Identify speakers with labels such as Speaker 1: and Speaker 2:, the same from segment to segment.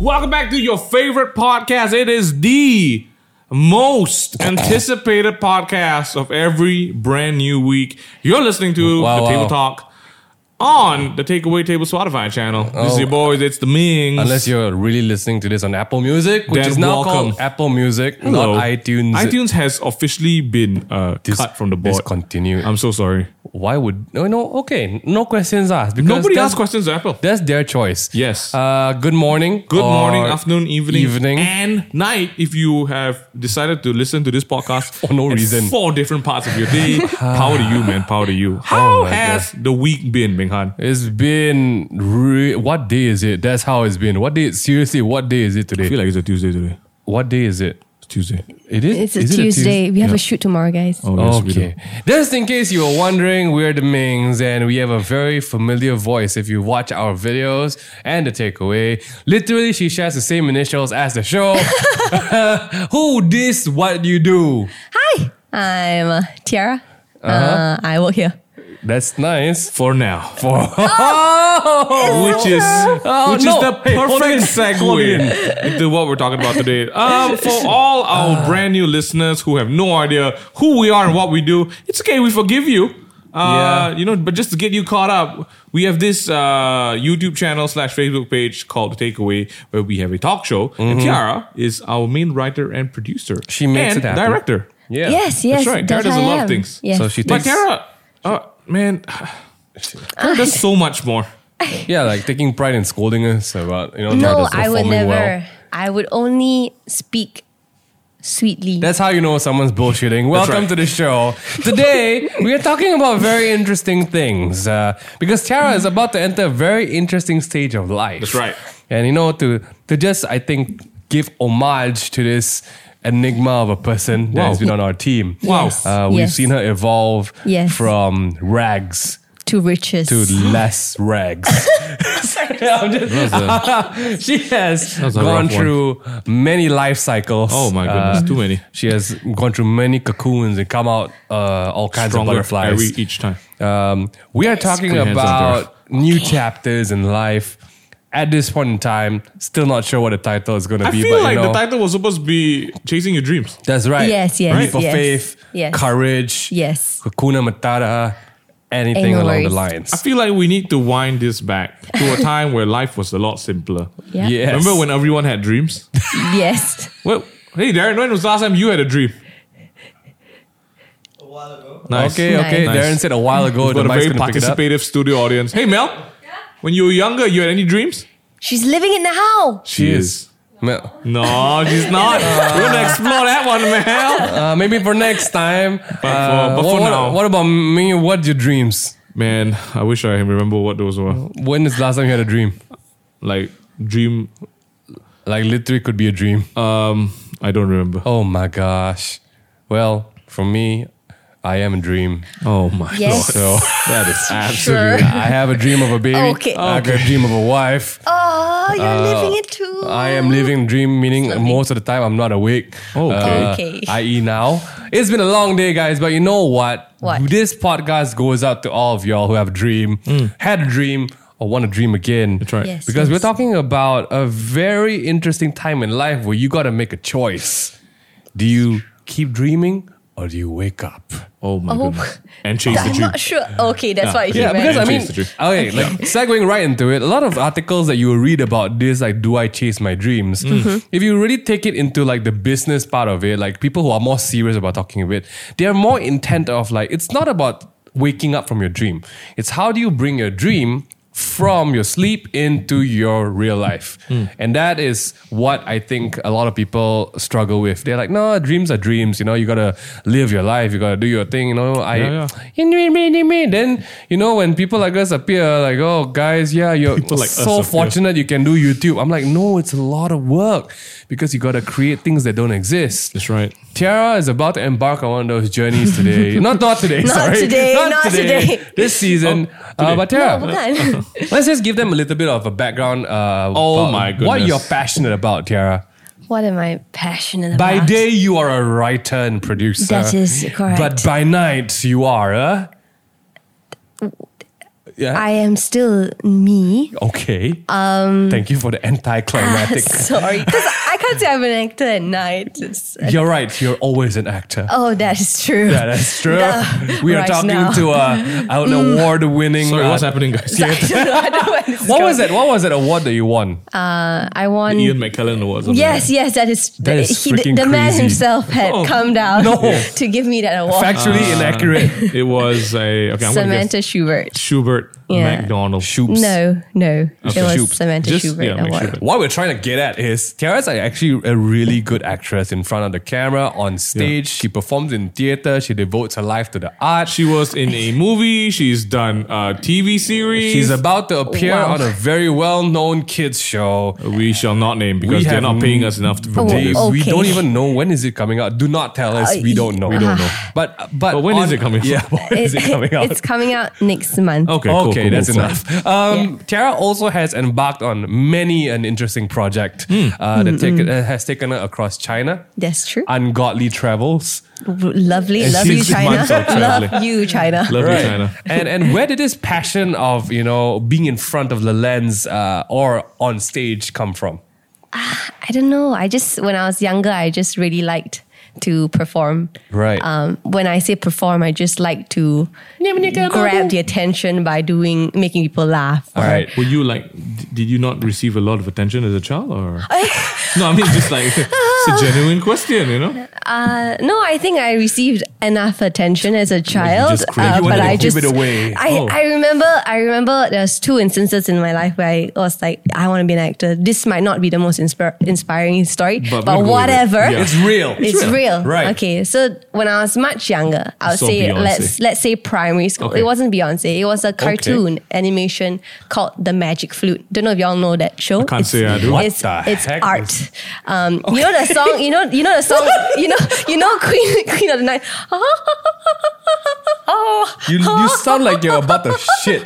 Speaker 1: Welcome back to your favorite podcast. It is the most anticipated podcast of every brand new week. You're listening to
Speaker 2: Wow,
Speaker 1: the
Speaker 2: wow.
Speaker 1: Table Talk on the Takeaway Table Spotify channel. This is
Speaker 2: Oh.
Speaker 1: your boys. It's the Mings.
Speaker 2: Unless you're really listening to this on Apple Music, which
Speaker 1: Then
Speaker 2: is now
Speaker 1: welcome.
Speaker 2: called Apple Music,
Speaker 1: Hello.
Speaker 2: not iTunes.
Speaker 1: iTunes has officially been uh,
Speaker 2: Dis-
Speaker 1: cut from the board.
Speaker 2: Discontinued.
Speaker 1: I'm so sorry.
Speaker 2: Why would no? No. Okay. No questions asked. because
Speaker 1: Nobody
Speaker 2: that's-
Speaker 1: asked questions to Apple.
Speaker 2: That's their choice.
Speaker 1: Yes.
Speaker 2: Uh, good morning. Uh,
Speaker 1: Good
Speaker 2: or
Speaker 1: morning, afternoon, evening,
Speaker 2: Evening.
Speaker 1: and night. If you have decided to listen to this podcast
Speaker 2: For no
Speaker 1: at
Speaker 2: reason.
Speaker 1: four different parts of your day, power to you, man. Power to you. How
Speaker 2: Oh my
Speaker 1: has the week been, Ming Han?
Speaker 2: It's been re- what day is it? That's how it's been. What day? Seriously, what day is it
Speaker 1: I
Speaker 2: today?
Speaker 1: feel like it's a Tuesday today.
Speaker 2: What day is it?
Speaker 1: It's Tuesday.
Speaker 2: It is.
Speaker 3: It's a
Speaker 2: is it
Speaker 3: Tuesday. we have
Speaker 1: Yeah.
Speaker 3: a shoot tomorrow, guys.
Speaker 1: Oh, yes, we
Speaker 2: Okay.
Speaker 1: do.
Speaker 2: Just in case you were wondering, we're the Mings and we have a very familiar voice if you watch our videos and the takeaway. Literally, she shares the same initials as the show. Who this what you do?
Speaker 3: Hi, I'm uh, Tiara. uh
Speaker 2: Uh-huh.
Speaker 3: I work here.
Speaker 2: That's nice.
Speaker 1: For now,
Speaker 2: For
Speaker 1: which is
Speaker 2: Oh,
Speaker 1: which
Speaker 2: no.
Speaker 1: is the
Speaker 2: Hey, hold it in.
Speaker 1: perfect
Speaker 2: Hold it
Speaker 1: segue into what we're talking about today. Um, for all
Speaker 2: Ah.
Speaker 1: our brand new listeners who have no idea who we are and what we do, it's okay. We forgive you. Uh,
Speaker 2: Yeah.
Speaker 1: you know, but just to get you caught up, we have this uh, YouTube channel slash Facebook page called The Takeaway, where we have a talk show. And Tiara is our main writer and producer.
Speaker 2: Mm-hmm. She makes
Speaker 1: and
Speaker 2: it happen.
Speaker 1: Director.
Speaker 2: yeah.
Speaker 3: Yes, yes.
Speaker 1: right. Tiara does a
Speaker 3: I
Speaker 1: lot of
Speaker 3: am.
Speaker 1: things.
Speaker 3: Yes.
Speaker 2: So she
Speaker 1: But
Speaker 2: takes
Speaker 1: Tiara, uh, man, Tiara does so much more.
Speaker 2: yeah, like taking pride in scolding us about you know
Speaker 3: no,
Speaker 2: not us
Speaker 3: I would
Speaker 2: performing
Speaker 3: never.
Speaker 2: well.
Speaker 3: I would only speak sweetly.
Speaker 2: That's how you know someone's bullshitting. Welcome
Speaker 1: right.
Speaker 2: to the show. Today, we are talking about very interesting things uh, because Tara is about to enter a very interesting stage of life.
Speaker 1: That's right.
Speaker 2: And you know, to, to just, I think, give homage to this enigma of a person that
Speaker 1: Wow.
Speaker 2: has been on our team.
Speaker 1: Wow.
Speaker 2: Uh, we've
Speaker 3: Yes.
Speaker 2: seen her evolve
Speaker 3: Yes.
Speaker 2: from rags
Speaker 3: to riches.
Speaker 2: to less rags. Sorry, I'm just- she has
Speaker 1: a
Speaker 2: gone
Speaker 1: rough one.
Speaker 2: through many life cycles. Uh,
Speaker 1: Oh my goodness, too many.
Speaker 2: She has gone through many cocoons and come out uh, all kinds
Speaker 1: Stronger
Speaker 2: of butterflies.
Speaker 1: every e- each time.
Speaker 2: Um, we are talking
Speaker 1: Put your hands on
Speaker 2: about new chapters in life. At this point in time, still not sure what the title is going to
Speaker 1: I
Speaker 2: be.
Speaker 1: feel
Speaker 2: but
Speaker 1: like
Speaker 2: you know,
Speaker 1: the title was supposed to be "Chasing Your Dreams."
Speaker 2: That's right.
Speaker 3: Yes, yes,
Speaker 2: Leap of
Speaker 3: yes,
Speaker 2: faith,
Speaker 3: yes.
Speaker 2: courage,
Speaker 3: Yes.
Speaker 2: Hakuna Matata, anything
Speaker 3: Ain't no
Speaker 2: along the
Speaker 3: worries.
Speaker 2: lines.
Speaker 1: I feel like we need to wind this back to a time where life was a lot simpler.
Speaker 3: Yeah.
Speaker 2: Yes.
Speaker 1: Remember when everyone had dreams?
Speaker 3: Yes.
Speaker 1: well, hey, Darren, when was the last time you had a dream?
Speaker 4: A while ago.
Speaker 1: Nice.
Speaker 2: Okay, okay.
Speaker 1: Nice.
Speaker 2: Darren said a while ago
Speaker 1: We've
Speaker 2: the
Speaker 1: got a
Speaker 2: mic's
Speaker 1: very
Speaker 2: going to pick it up.
Speaker 1: participative studio audience. Hey, Mel, when you were younger, you had any dreams?
Speaker 3: She's living it now.
Speaker 2: She is. Ma-
Speaker 1: No, she's not. We're gonna explore that one, Mel.
Speaker 2: Uh, maybe for next time.
Speaker 1: for-
Speaker 2: Uh,
Speaker 1: but
Speaker 2: what,
Speaker 1: for
Speaker 2: what-
Speaker 1: now.
Speaker 2: what about me? What your dreams?
Speaker 1: Man, I wish I remember what those were.
Speaker 2: When is the last time you had a dream?
Speaker 1: Like dream.
Speaker 2: Like literally could be a dream.
Speaker 1: Um, I don't remember.
Speaker 2: oh my gosh. Well, for me, I am a dream.
Speaker 1: Oh my
Speaker 3: Yes.
Speaker 1: god,
Speaker 2: So
Speaker 1: that is
Speaker 3: Sure.
Speaker 1: absolutely.
Speaker 2: I have a dream of a baby.
Speaker 3: Okay.
Speaker 2: I got a dream of a wife.
Speaker 3: Oh, you're living it too.
Speaker 2: Uh, I am living dream, meaning most of the time I'm not awake. Uh,
Speaker 1: Okay.
Speaker 3: Okay.
Speaker 2: I.e. now. It's been a long day, guys, but you know what?
Speaker 3: What?
Speaker 2: This podcast goes out to all of y'all who have a dream, had a dream, or want to dream again. That's
Speaker 1: right.
Speaker 3: Yes,
Speaker 2: because we're
Speaker 3: yes.
Speaker 2: talking about a very interesting time in life where you got to make a choice. Do you keep dreaming or do you wake up?
Speaker 1: Oh my
Speaker 3: Oh.
Speaker 1: goodness. And chase the
Speaker 3: I'm
Speaker 1: dream.
Speaker 3: not sure. Okay, that's why.
Speaker 2: Ah, Yeah, because I
Speaker 1: And
Speaker 2: mean,
Speaker 1: chase the dream.
Speaker 2: okay, like segueing right into it, a lot of articles that you will read about this, like, do I chase my dreams?
Speaker 1: Mm-hmm.
Speaker 2: Mm-hmm. If you really take it into like the business part of it, like people who are more serious about talking of it, they are more intent of like, it's not about waking up from your dream. It's how do you bring your dream from your sleep into your real life.
Speaker 1: Mm.
Speaker 2: And that is what I think a lot of people struggle with. They're like, no, dreams are dreams. You know, you gotta live your life. You gotta do your thing. You know, I,
Speaker 1: Yeah,
Speaker 2: you know what I mean? Then, you know, when people like us appear, like, oh, guys, yeah, you're
Speaker 1: People like us
Speaker 2: so
Speaker 1: appear.
Speaker 2: fortunate you can do YouTube. I'm like, no, it's a lot of work because you gotta create things that don't exist.
Speaker 1: That's right.
Speaker 2: Tiara is about to embark on one of those journeys today. not not today,
Speaker 3: Not
Speaker 2: sorry.
Speaker 3: today, not today.
Speaker 2: This season.
Speaker 1: Oh,
Speaker 2: Uh, but
Speaker 3: Oh,
Speaker 2: Tiara,
Speaker 3: Bukan.
Speaker 2: let's just give them a little bit of a background. Uh,
Speaker 1: Oh
Speaker 2: about
Speaker 1: my
Speaker 2: What
Speaker 1: goodness.
Speaker 2: you're passionate about, Tiara.
Speaker 3: what am I passionate about?
Speaker 2: By day, you are a writer and producer.
Speaker 3: That is correct.
Speaker 2: But by night, you are a Yeah.
Speaker 4: I am still me.
Speaker 2: okay. Um. Thank you for the anticlimactic.
Speaker 4: Sorry, because I can't say I'm an actor at night. It's- uh,
Speaker 2: You're right. You're always an actor.
Speaker 4: oh, that is true.
Speaker 2: Yeah, that's true.
Speaker 4: No,
Speaker 2: we are
Speaker 4: right
Speaker 2: talking
Speaker 4: now. Mm.
Speaker 2: to uh, an award-winning.
Speaker 1: Sorry,
Speaker 2: uh,
Speaker 1: what's happening, guys?
Speaker 4: I don't know- I don't know where this is
Speaker 2: What
Speaker 4: going.
Speaker 2: was it? What was that award that you won?
Speaker 4: Uh, I won.
Speaker 1: Ian McKellen Award. something like
Speaker 4: Yes, yes, that is.
Speaker 2: That is
Speaker 4: he, the,
Speaker 2: freaking
Speaker 4: the man
Speaker 2: crazy.
Speaker 4: himself had
Speaker 1: Oh,
Speaker 4: come down
Speaker 2: no.
Speaker 4: to give me that award.
Speaker 2: Factually
Speaker 1: Uh,
Speaker 2: inaccurate.
Speaker 1: that. It was a okay. I'm gonna guess
Speaker 4: Samantha Schubert.
Speaker 1: Schubert
Speaker 4: Yeah.
Speaker 1: McDonald.
Speaker 2: Shoops.
Speaker 4: No, no, it was
Speaker 2: Schubert.
Speaker 4: Samantha
Speaker 1: Just-
Speaker 4: Schubert
Speaker 1: yeah, make
Speaker 4: award.
Speaker 1: Schubert.
Speaker 2: What we're trying to get at is Tiara's like actually a really good actress in front of the camera, on stage. She performs in theater. She devotes her life to the art.
Speaker 1: She was in a movie. She's done a TV series.
Speaker 2: She's about to appear
Speaker 4: Wow.
Speaker 2: on a very well-known kids show.
Speaker 1: we shall not name because they're
Speaker 2: have
Speaker 1: not paying us enough to promote
Speaker 4: Oh,
Speaker 2: They-
Speaker 1: this.
Speaker 4: oh.
Speaker 2: We
Speaker 4: okay.
Speaker 2: don't even know when is it coming out. Do not tell us.
Speaker 4: Uh,
Speaker 2: we don't know.
Speaker 4: We don't know.
Speaker 2: But but,
Speaker 1: But when is it coming out?
Speaker 2: Yeah, when is it coming out?
Speaker 4: It's coming out next month.
Speaker 1: Okay,
Speaker 2: Okay,
Speaker 1: cool, cool,
Speaker 2: that's
Speaker 1: cool, cool.
Speaker 2: enough. Um, Tiara also has embarked on many an interesting project uh, that take, uh, has taken her across China.
Speaker 4: That's true.
Speaker 2: Ungodly travels.
Speaker 4: lovely,
Speaker 1: And
Speaker 4: love you,
Speaker 1: six months
Speaker 4: China.
Speaker 1: of traveling.
Speaker 4: Love you, China.
Speaker 1: Love you, China.
Speaker 2: and and where did this passion of you know being in front of the lens uh, or on stage come from?
Speaker 4: I don't know. I just when I was younger, I just really liked to perform.
Speaker 2: Right.
Speaker 4: Um, when I say perform, I just like to grab the attention by doing making people laugh.
Speaker 2: All right.
Speaker 1: Were you like? d- Did you not receive a lot of attention as a child, or no? I mean, just like it's a genuine question, you know.
Speaker 4: Uh, no, I think I received enough attention as a child,
Speaker 1: just couldn't-
Speaker 4: uh,
Speaker 1: you wanted
Speaker 4: but
Speaker 1: to
Speaker 4: I
Speaker 2: give
Speaker 4: just
Speaker 2: it away.
Speaker 4: I,
Speaker 1: Oh.
Speaker 4: I remember I remember there's two instances in my life where I was like, I want to be an actor. This might not be the most inspir- inspiring story,
Speaker 1: But we'll
Speaker 4: but,
Speaker 1: go with it.
Speaker 4: whatever.
Speaker 1: Yeah.
Speaker 2: It's real.
Speaker 4: It's real.
Speaker 2: Right.
Speaker 4: Okay. So when I was much younger, I would
Speaker 1: So
Speaker 4: say
Speaker 1: Beyonce.
Speaker 4: let's let's say primary school.
Speaker 1: Okay.
Speaker 4: It wasn't Beyonce. It was a cartoon animation called The Magic Flute. Don't know if y'all know that show. I
Speaker 1: can't say I do. What
Speaker 4: It's,
Speaker 2: the
Speaker 4: it's
Speaker 2: heck
Speaker 4: art. Um, You know the song. You know. You know the song. you know. You know Queen Queen of the Night.
Speaker 2: You you sound like you're about to shit.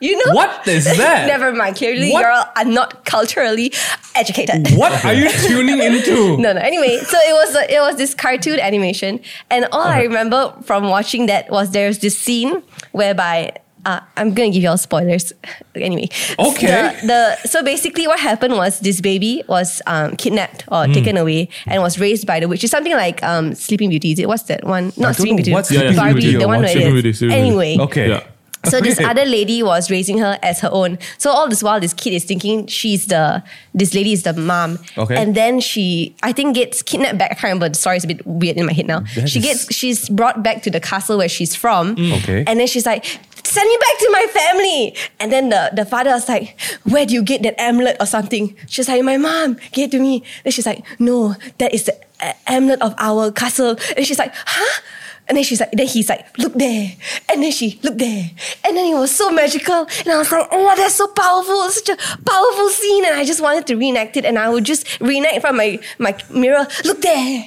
Speaker 4: You know
Speaker 2: What is that?
Speaker 4: Never mind. Clearly,
Speaker 2: What?
Speaker 4: y'all are not culturally educated.
Speaker 2: What are you tuning into?
Speaker 4: No, no. Anyway, so it was a, it was this cartoon animation, and all I remember from watching that was there's this scene whereby. Uh, I'm gonna give y'all spoilers. anyway,
Speaker 2: Okay.
Speaker 4: The, the so basically what happened was this baby was um, kidnapped or taken away and was raised by the witch. It's something like um, Sleeping Beauty. Is it what's that one? Not
Speaker 2: don't know
Speaker 4: Sleeping Beauty.
Speaker 2: what Sleeping
Speaker 4: Barbie,
Speaker 1: Beauty
Speaker 4: the
Speaker 1: or
Speaker 4: one
Speaker 1: what
Speaker 4: where
Speaker 1: Sleeping
Speaker 4: it
Speaker 1: Beauty,
Speaker 4: is.
Speaker 1: Sleeping Beauty.
Speaker 4: anyway,
Speaker 2: Okay.
Speaker 1: Yeah.
Speaker 4: so this
Speaker 2: Okay.
Speaker 4: other lady was raising her as her own. So all this while, this kid is thinking she's the this lady is the mom.
Speaker 2: Okay.
Speaker 4: And then she, I think, gets kidnapped back. I can't remember. The story is a bit weird in my head now.
Speaker 2: That is-
Speaker 4: she gets she's brought back to the castle where she's from.
Speaker 2: Okay.
Speaker 4: And then she's like. Send me back to my family. And then the, the father was like, Where do you get that amulet or something? She's like, My mom gave it to me. Then she's like, No, that is the uh, amulet of our castle. And she's like, Huh? And then she's like, then he's like, look there. And then she looked there. And then it was so magical. And I was like, oh, that's so powerful. It's such a powerful scene. And I just wanted to reenact it. And I would just reenact from my, my mirror, look there.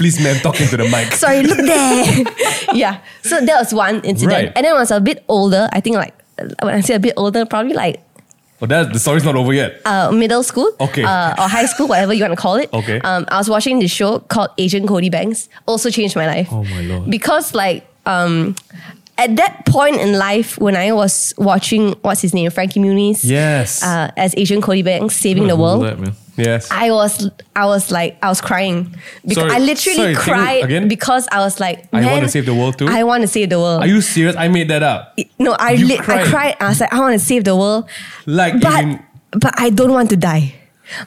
Speaker 2: Please, ma'am, talk into the mic.
Speaker 4: Sorry, look there. yeah. So that was one incident.
Speaker 2: Right.
Speaker 4: And then when I was a bit older, I think like, when I say a bit older, probably like
Speaker 2: Well, Oh, that the story's not over yet.
Speaker 4: uh, middle school
Speaker 2: Okay.
Speaker 4: uh, or high school, whatever you want to call it.
Speaker 2: Okay.
Speaker 4: Um, I was watching this show called Agent Cody Banks. Also changed my life.
Speaker 1: Oh my lord.
Speaker 4: Because like um, at that point in life when I was watching what's his name Frankie Muniz.
Speaker 2: Yes. Oh
Speaker 4: Uh, as Agent Cody Banks saving the
Speaker 1: Google
Speaker 4: world.
Speaker 1: that, man.
Speaker 2: yes.
Speaker 4: I was I was like I was crying because
Speaker 1: Sorry,
Speaker 4: I literally
Speaker 2: sorry, can you-
Speaker 4: cried
Speaker 2: again?
Speaker 4: because I was like
Speaker 2: I
Speaker 4: Man,
Speaker 2: want to save the world too?
Speaker 4: I want to save the world
Speaker 2: Are you serious? I made that up.
Speaker 4: no I
Speaker 2: You
Speaker 4: li-
Speaker 2: cried?
Speaker 4: I cried I was like I want to save the world
Speaker 2: Like
Speaker 4: but
Speaker 2: in-
Speaker 4: but I don't want to die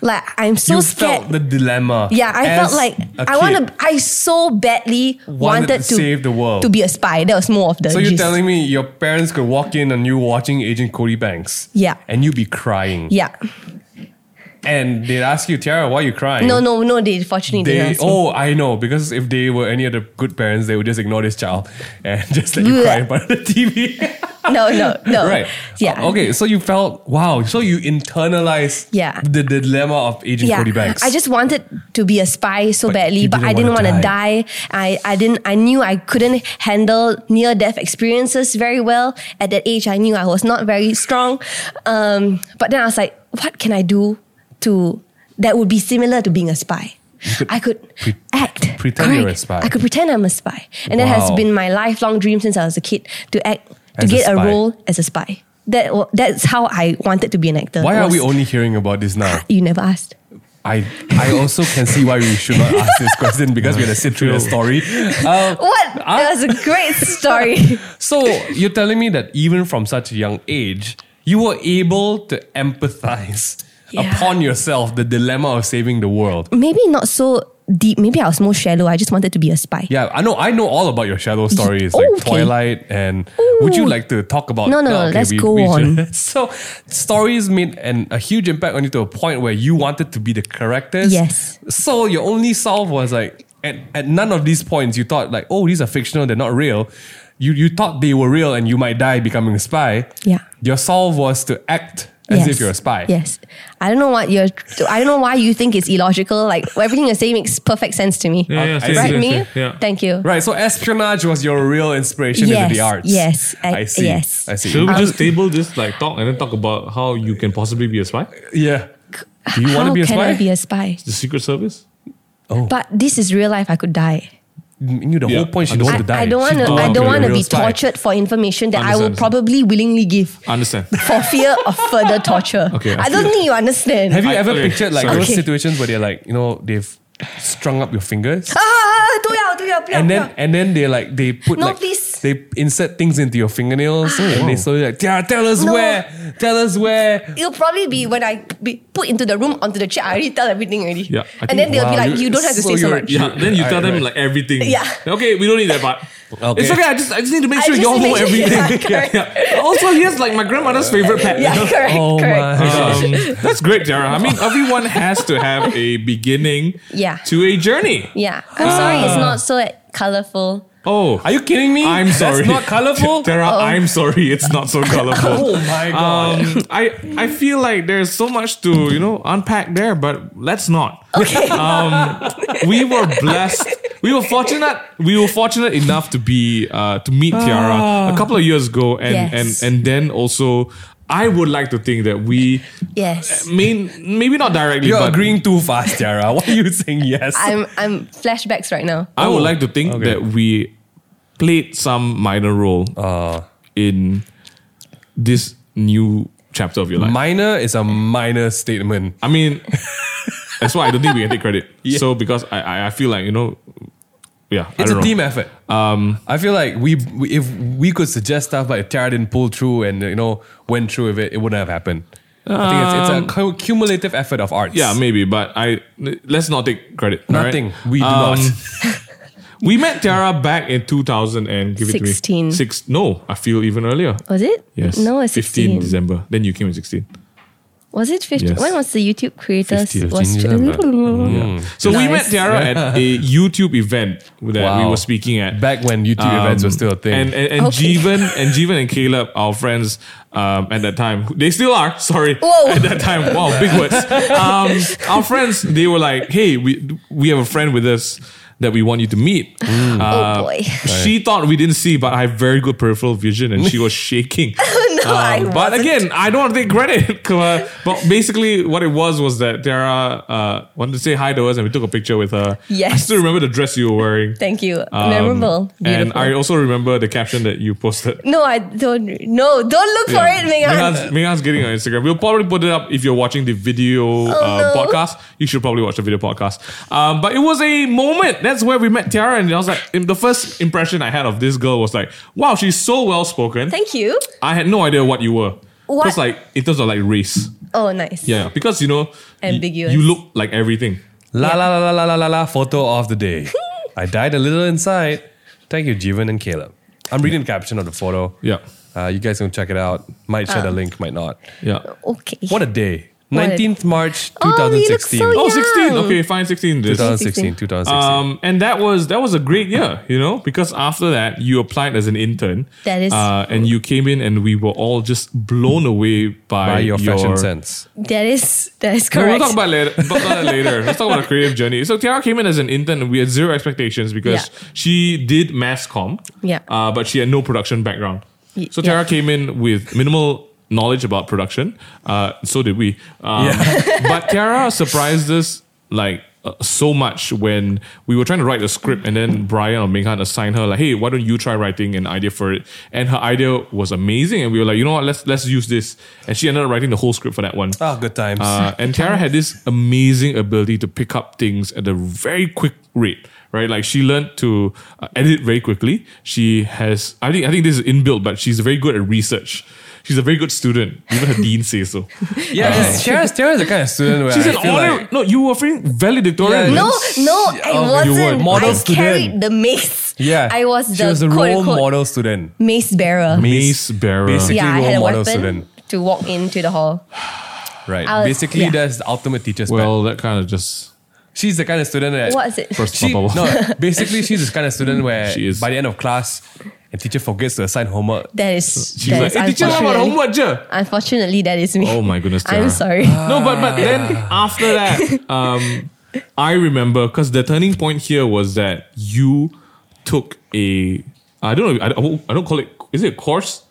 Speaker 4: like I'm so
Speaker 2: you
Speaker 4: scared
Speaker 2: felt the dilemma.
Speaker 4: Yeah, I
Speaker 2: as
Speaker 4: felt like
Speaker 2: a
Speaker 4: I
Speaker 2: kid.
Speaker 4: want to. I so badly wanted,
Speaker 2: to save the world.
Speaker 4: to be a spy. That was more of the.
Speaker 2: So you're
Speaker 4: gist.
Speaker 2: telling me your parents could walk in and you watching Agent Cody Banks?
Speaker 4: Yeah.
Speaker 2: And you'd be crying.
Speaker 4: Yeah.
Speaker 2: And they'd ask you, Tiara, why are you crying?
Speaker 4: No, no, no. They fortunately
Speaker 2: They,
Speaker 4: didn't. ask me.
Speaker 2: oh, I know. Because if they were any other good parents, they would just ignore this child and just let you cry in front of the TV.
Speaker 4: No, no, no.
Speaker 2: right. Oh,
Speaker 4: Yeah.
Speaker 2: Okay. So you felt, wow. So you internalized
Speaker 4: Yeah.
Speaker 2: the dilemma of Agent
Speaker 4: Yeah.
Speaker 2: Cody Banks.
Speaker 4: I just wanted to be a spy so
Speaker 2: But
Speaker 4: badly,
Speaker 2: you
Speaker 4: but I
Speaker 2: didn't
Speaker 4: didn't
Speaker 2: wanna
Speaker 4: want to die. I, I didn't. I knew I couldn't handle near death experiences very well at that age. I knew I was not very strong. Um, but then I was like, what can I do to that would be similar to being a spy?
Speaker 2: could
Speaker 4: I could
Speaker 2: pre-
Speaker 4: act.
Speaker 2: pretend you're a
Speaker 4: Correct.
Speaker 2: spy.
Speaker 4: I could pretend I'm a spy, and that has
Speaker 2: Wow.
Speaker 4: been my lifelong dream since I was a kid to act to
Speaker 2: As a
Speaker 4: get a,
Speaker 2: spy.
Speaker 4: role as a spy. That wa- that's how I wanted to be an actor.
Speaker 2: Why are
Speaker 4: Was-
Speaker 2: we only hearing about this now?
Speaker 4: You never asked.
Speaker 2: I I also can see why we should not ask this question because we had to sit through the story. Uh,
Speaker 4: What?
Speaker 2: Ah.
Speaker 4: That was a great story.
Speaker 2: so you're telling me that even from such a young age, you were able to empathize
Speaker 4: Yeah.
Speaker 2: upon yourself the dilemma of saving the world.
Speaker 4: Maybe not so deep. Maybe I was more shallow. I just wanted to be a spy.
Speaker 2: Yeah, I know. I know all about your shadow stories, like
Speaker 4: okay.
Speaker 2: Twilight, and would you
Speaker 4: Ooh.
Speaker 2: like to talk about?
Speaker 4: No, no,
Speaker 2: Yeah,
Speaker 4: no, let's go
Speaker 2: should-
Speaker 4: on.
Speaker 2: so, stories made an, a huge impact on you to a point where you wanted to be the characters.
Speaker 4: Yes.
Speaker 2: So your only solve was like at, at none of these points you thought like, oh, these are fictional, they're not real. You you thought they were real and you might die becoming a spy.
Speaker 4: Yeah.
Speaker 2: Your solve was to act as
Speaker 4: Yes.
Speaker 2: if you're a spy.
Speaker 4: Yes. I don't know what you're. I don't know why you think it's illogical. Like everything you say makes perfect sense to me.
Speaker 1: Yeah, yeah,
Speaker 2: same,
Speaker 4: right,
Speaker 1: same,
Speaker 4: me.
Speaker 1: same, yeah.
Speaker 4: Thank you.
Speaker 2: Right, so espionage was your real inspiration into
Speaker 4: Yes,
Speaker 2: the arts.
Speaker 4: yes, I-
Speaker 2: I see.
Speaker 4: yes.
Speaker 2: I see.
Speaker 1: Should we
Speaker 4: Um,
Speaker 1: just table this like talk and then talk about how you can possibly be a spy?
Speaker 2: Yeah. Do you want
Speaker 4: How
Speaker 2: to be a
Speaker 4: can
Speaker 2: spy?
Speaker 4: I be a spy?
Speaker 1: The Secret Service?
Speaker 4: But this is real life. I could die.
Speaker 2: you the
Speaker 1: Yeah,
Speaker 2: whole point she don't
Speaker 1: understand.
Speaker 2: want Oh, to die.
Speaker 4: I, I don't want to.
Speaker 1: don't
Speaker 4: I
Speaker 1: want to be
Speaker 4: don't want
Speaker 1: a
Speaker 4: to be
Speaker 2: real spy.
Speaker 4: tortured for information that
Speaker 1: Understand,
Speaker 4: I will
Speaker 1: understand.
Speaker 4: probably willingly give
Speaker 1: Understand.
Speaker 4: for fear of further torture.
Speaker 1: Okay, I
Speaker 4: I don't think you understand.
Speaker 2: Have you
Speaker 1: I-
Speaker 2: ever
Speaker 1: okay,
Speaker 2: pictured like
Speaker 1: sorry.
Speaker 2: those
Speaker 4: Okay.
Speaker 2: situations where they're like, you know, they've strung up your fingers
Speaker 4: Ah, 啊，都要都要不要
Speaker 2: and then and then they like they put
Speaker 4: No,
Speaker 2: like
Speaker 4: please.
Speaker 2: they insert things into your fingernails
Speaker 1: Oh,
Speaker 2: and they slowly like tell, tell us
Speaker 4: No.
Speaker 2: where, tell us where.
Speaker 4: It'll probably be when I be put into the room onto the chair. I already tell everything already.
Speaker 1: Yeah, I think-
Speaker 4: and then they'll be
Speaker 2: Wow,
Speaker 4: like,
Speaker 2: you-
Speaker 4: you don't have to
Speaker 2: so
Speaker 4: say so
Speaker 2: you're-
Speaker 4: much.
Speaker 1: Yeah, then you
Speaker 2: Right,
Speaker 1: tell them
Speaker 2: right.
Speaker 1: like everything.
Speaker 4: Yeah.
Speaker 1: Okay, we don't need that part.
Speaker 2: Okay.
Speaker 1: It's okay. I just I just need to make
Speaker 4: I
Speaker 1: sure
Speaker 4: just
Speaker 1: y'all know
Speaker 4: make sure-
Speaker 1: everything.
Speaker 4: yeah,
Speaker 1: Yeah,
Speaker 4: correct.
Speaker 1: yeah. Also, here's like my grandmother's favorite pet.
Speaker 4: Yeah, correct,
Speaker 2: Oh
Speaker 4: correct.
Speaker 2: my.
Speaker 1: Um, that's great, Jara. I mean, everyone has to have a beginning
Speaker 4: Yeah.
Speaker 1: to a journey.
Speaker 4: Yeah, I'm sorry, it's
Speaker 1: Ah.
Speaker 4: not so colorful.
Speaker 1: Oh,
Speaker 2: Are you kidding me?
Speaker 1: I'm sorry.
Speaker 2: That's not colorful.
Speaker 1: Tara, I'm sorry. It's not so colorful.
Speaker 2: oh my god.
Speaker 1: Um, I I feel like there's so much to you know unpack there, but let's not. Um,
Speaker 4: Okay,
Speaker 1: We were blessed. We were fortunate. We were fortunate enough to be uh, to meet Tiara a couple of years ago, and
Speaker 4: Ah. Yes.
Speaker 1: and and then also. I would like to think that we,
Speaker 4: yes,
Speaker 1: mean, maybe not directly,
Speaker 2: You're
Speaker 1: but
Speaker 2: agreeing too fast, Tiara. Why are you saying yes?
Speaker 4: I'm I'm flashbacks right now.
Speaker 1: I would
Speaker 2: Oh,
Speaker 1: like to think
Speaker 2: okay.
Speaker 1: that we played some minor role
Speaker 2: Uh,
Speaker 1: in this new chapter of your life.
Speaker 2: minor is a minor statement.
Speaker 1: I mean, that's why I don't think we can take credit. So because I, I I feel like you know, yeah, I
Speaker 2: It's
Speaker 1: don't know.
Speaker 2: a team effort. Um, I feel like we, we if we could suggest stuff, but if Tara didn't pull through and you know went through with it, it wouldn't have happened. I think it's, it's a cu- cumulative effort of arts.
Speaker 1: Um, Yeah, maybe, but I let's not take credit. all right?
Speaker 2: nothing. We do
Speaker 1: Um,
Speaker 2: not.
Speaker 1: We met Tiara back in 2000 and give it to me.
Speaker 4: 16.
Speaker 1: Six. No, I feel even earlier.
Speaker 4: Was it?
Speaker 1: Yes.
Speaker 4: No, it's
Speaker 1: 15
Speaker 4: 16.
Speaker 1: December. Then you came in 16.
Speaker 4: Was it 15?
Speaker 1: Yes.
Speaker 4: When was the YouTube creators?
Speaker 1: 15,
Speaker 4: was
Speaker 2: 15, Hmm.
Speaker 1: So we met
Speaker 4: Nice.
Speaker 1: Tiara at a YouTube event that we
Speaker 2: Wow.
Speaker 1: were speaking at.
Speaker 2: Back when YouTube
Speaker 1: Um,
Speaker 2: events were still a thing.
Speaker 1: And and, and
Speaker 4: Okay.
Speaker 1: Jeevan and Jeevan and Caleb, our friends um, at that time, who- they still are. Sorry,
Speaker 4: Whoa.
Speaker 1: at that time, wow, big words. Um, our friends, they were like, "Hey, we we have a friend with us that we want you to meet." Uh,
Speaker 4: Mm. Oh, boy.
Speaker 1: She thought we didn't see, but I have very good peripheral vision, and she was shaking.
Speaker 4: no, I
Speaker 1: Um, but
Speaker 4: wasn't.
Speaker 1: again, I don't want to take credit. uh, but basically, what it was was that Tara uh, wanted to say hi to us, and we took a picture with her. I
Speaker 4: Yes.
Speaker 1: still remember the dress you were wearing.
Speaker 4: Thank you.
Speaker 1: Um,
Speaker 4: Memorable.
Speaker 1: And
Speaker 4: Beautiful.
Speaker 1: I also remember the caption that you posted.
Speaker 4: no, I don't. No, don't look for it, Megan.
Speaker 1: Meghan's, Meghan's getting on Instagram. We'll probably put it up if you're watching the video uh,
Speaker 4: Oh, no.
Speaker 1: podcast. You should probably watch the video podcast. Um, but it was a moment. That's where we met Tiara, and I was like, in- the first impression I had of this girl was like, wow, she's so well spoken.
Speaker 4: Thank you.
Speaker 1: I had no idea what you were.
Speaker 4: What?
Speaker 1: Because like in terms of like race,
Speaker 4: Oh, nice.
Speaker 1: yeah, because you know, y-
Speaker 4: Ambiguous.
Speaker 1: You look like everything.
Speaker 2: la la la la la la la. Photo of the day. I died a little inside. Thank you, Jeevan and Caleb. I'm reading the caption of the photo.
Speaker 1: Yeah,
Speaker 2: Uh, you guys can check it out. Might share the link, might not.
Speaker 1: yeah.
Speaker 4: Okay.
Speaker 2: What a day.
Speaker 4: Oh. What a-
Speaker 2: 19th March
Speaker 4: Oh, you look
Speaker 2: 2016.
Speaker 4: so
Speaker 1: Oh, 16.
Speaker 4: Young.
Speaker 1: Okay, fine, 16. This.
Speaker 2: 2016, 2016.
Speaker 1: Um, and that was that was a great year, you know, because after that you applied as an intern.
Speaker 4: That is-
Speaker 1: uh, and you came in, and we were all just blown away by,
Speaker 2: by your fashion sense.
Speaker 4: That is that is
Speaker 1: No,
Speaker 4: correct.
Speaker 1: we'll talk about later. Talk about that later. Let's talk about a creative journey. So Tiara came in as an intern, and we had zero expectations because
Speaker 4: Yeah.
Speaker 1: she did mass com,
Speaker 4: Yeah.
Speaker 1: uh, but she had no production background.
Speaker 4: Y-
Speaker 1: So Tiara
Speaker 4: yeah.
Speaker 1: came in with minimal knowledge about Uh, production. Uh, so did we. Um, but Tiara surprised us like uh, so much when we were trying to write the script, and then Brian or Minghan assigned her like, "Hey, why don't you try writing an idea for it?" And her idea was amazing, and we were like, "You know what? Let's let's use this." And she ended up writing the whole script for that one.
Speaker 2: Ah, good times.
Speaker 1: Uh, and Tara had this amazing ability to pick up things at a very quick rate, right? Like she learned to uh, edit very quickly. She has, I think, I think this is inbuilt, but she's very good at research. She's a very good student. Even her dean says so.
Speaker 2: yeah, yeah. Tara's, Tara's the kind of student where
Speaker 1: She's
Speaker 2: I
Speaker 1: an
Speaker 2: feel
Speaker 1: honor.
Speaker 2: like,
Speaker 1: no, you were feeling valedictorian. man.
Speaker 2: Yeah,
Speaker 3: No, no, I
Speaker 2: Oh, you were
Speaker 3: wasn't.
Speaker 2: model
Speaker 3: I carried
Speaker 2: student.
Speaker 3: the mace.
Speaker 2: yeah,
Speaker 3: I was the
Speaker 2: she was a
Speaker 3: quote,
Speaker 2: role
Speaker 3: unquote,
Speaker 2: model student.
Speaker 3: mace bearer.
Speaker 1: Mace bearer.
Speaker 2: Basically.
Speaker 3: yeah, I
Speaker 2: role
Speaker 3: had a
Speaker 2: model
Speaker 3: weapon
Speaker 2: student.
Speaker 3: to walk into the hall.
Speaker 2: Right.
Speaker 3: I was-
Speaker 2: Basically,
Speaker 3: yeah.
Speaker 2: that's the ultimate teacher's pet.
Speaker 1: Well, that kind of just
Speaker 2: She's the kind of student that
Speaker 3: What is it?
Speaker 1: first
Speaker 2: She,
Speaker 1: bubble.
Speaker 2: no, basically, she's the kind of student where
Speaker 1: She is.
Speaker 2: by the end of class, and teacher forgets to assign homework.
Speaker 3: That is.
Speaker 1: She's
Speaker 3: that
Speaker 1: like,
Speaker 3: is
Speaker 1: "Eh, teacher, how about
Speaker 3: unfortunately-
Speaker 1: homework, je?"
Speaker 3: Unfortunately, that is me.
Speaker 1: Oh my goodness, Ah, Tara.
Speaker 3: I'm sorry.
Speaker 1: No, but but then after that, um, I remember because the turning point here was that you took a I don't know I don't, I don't call it is it a course?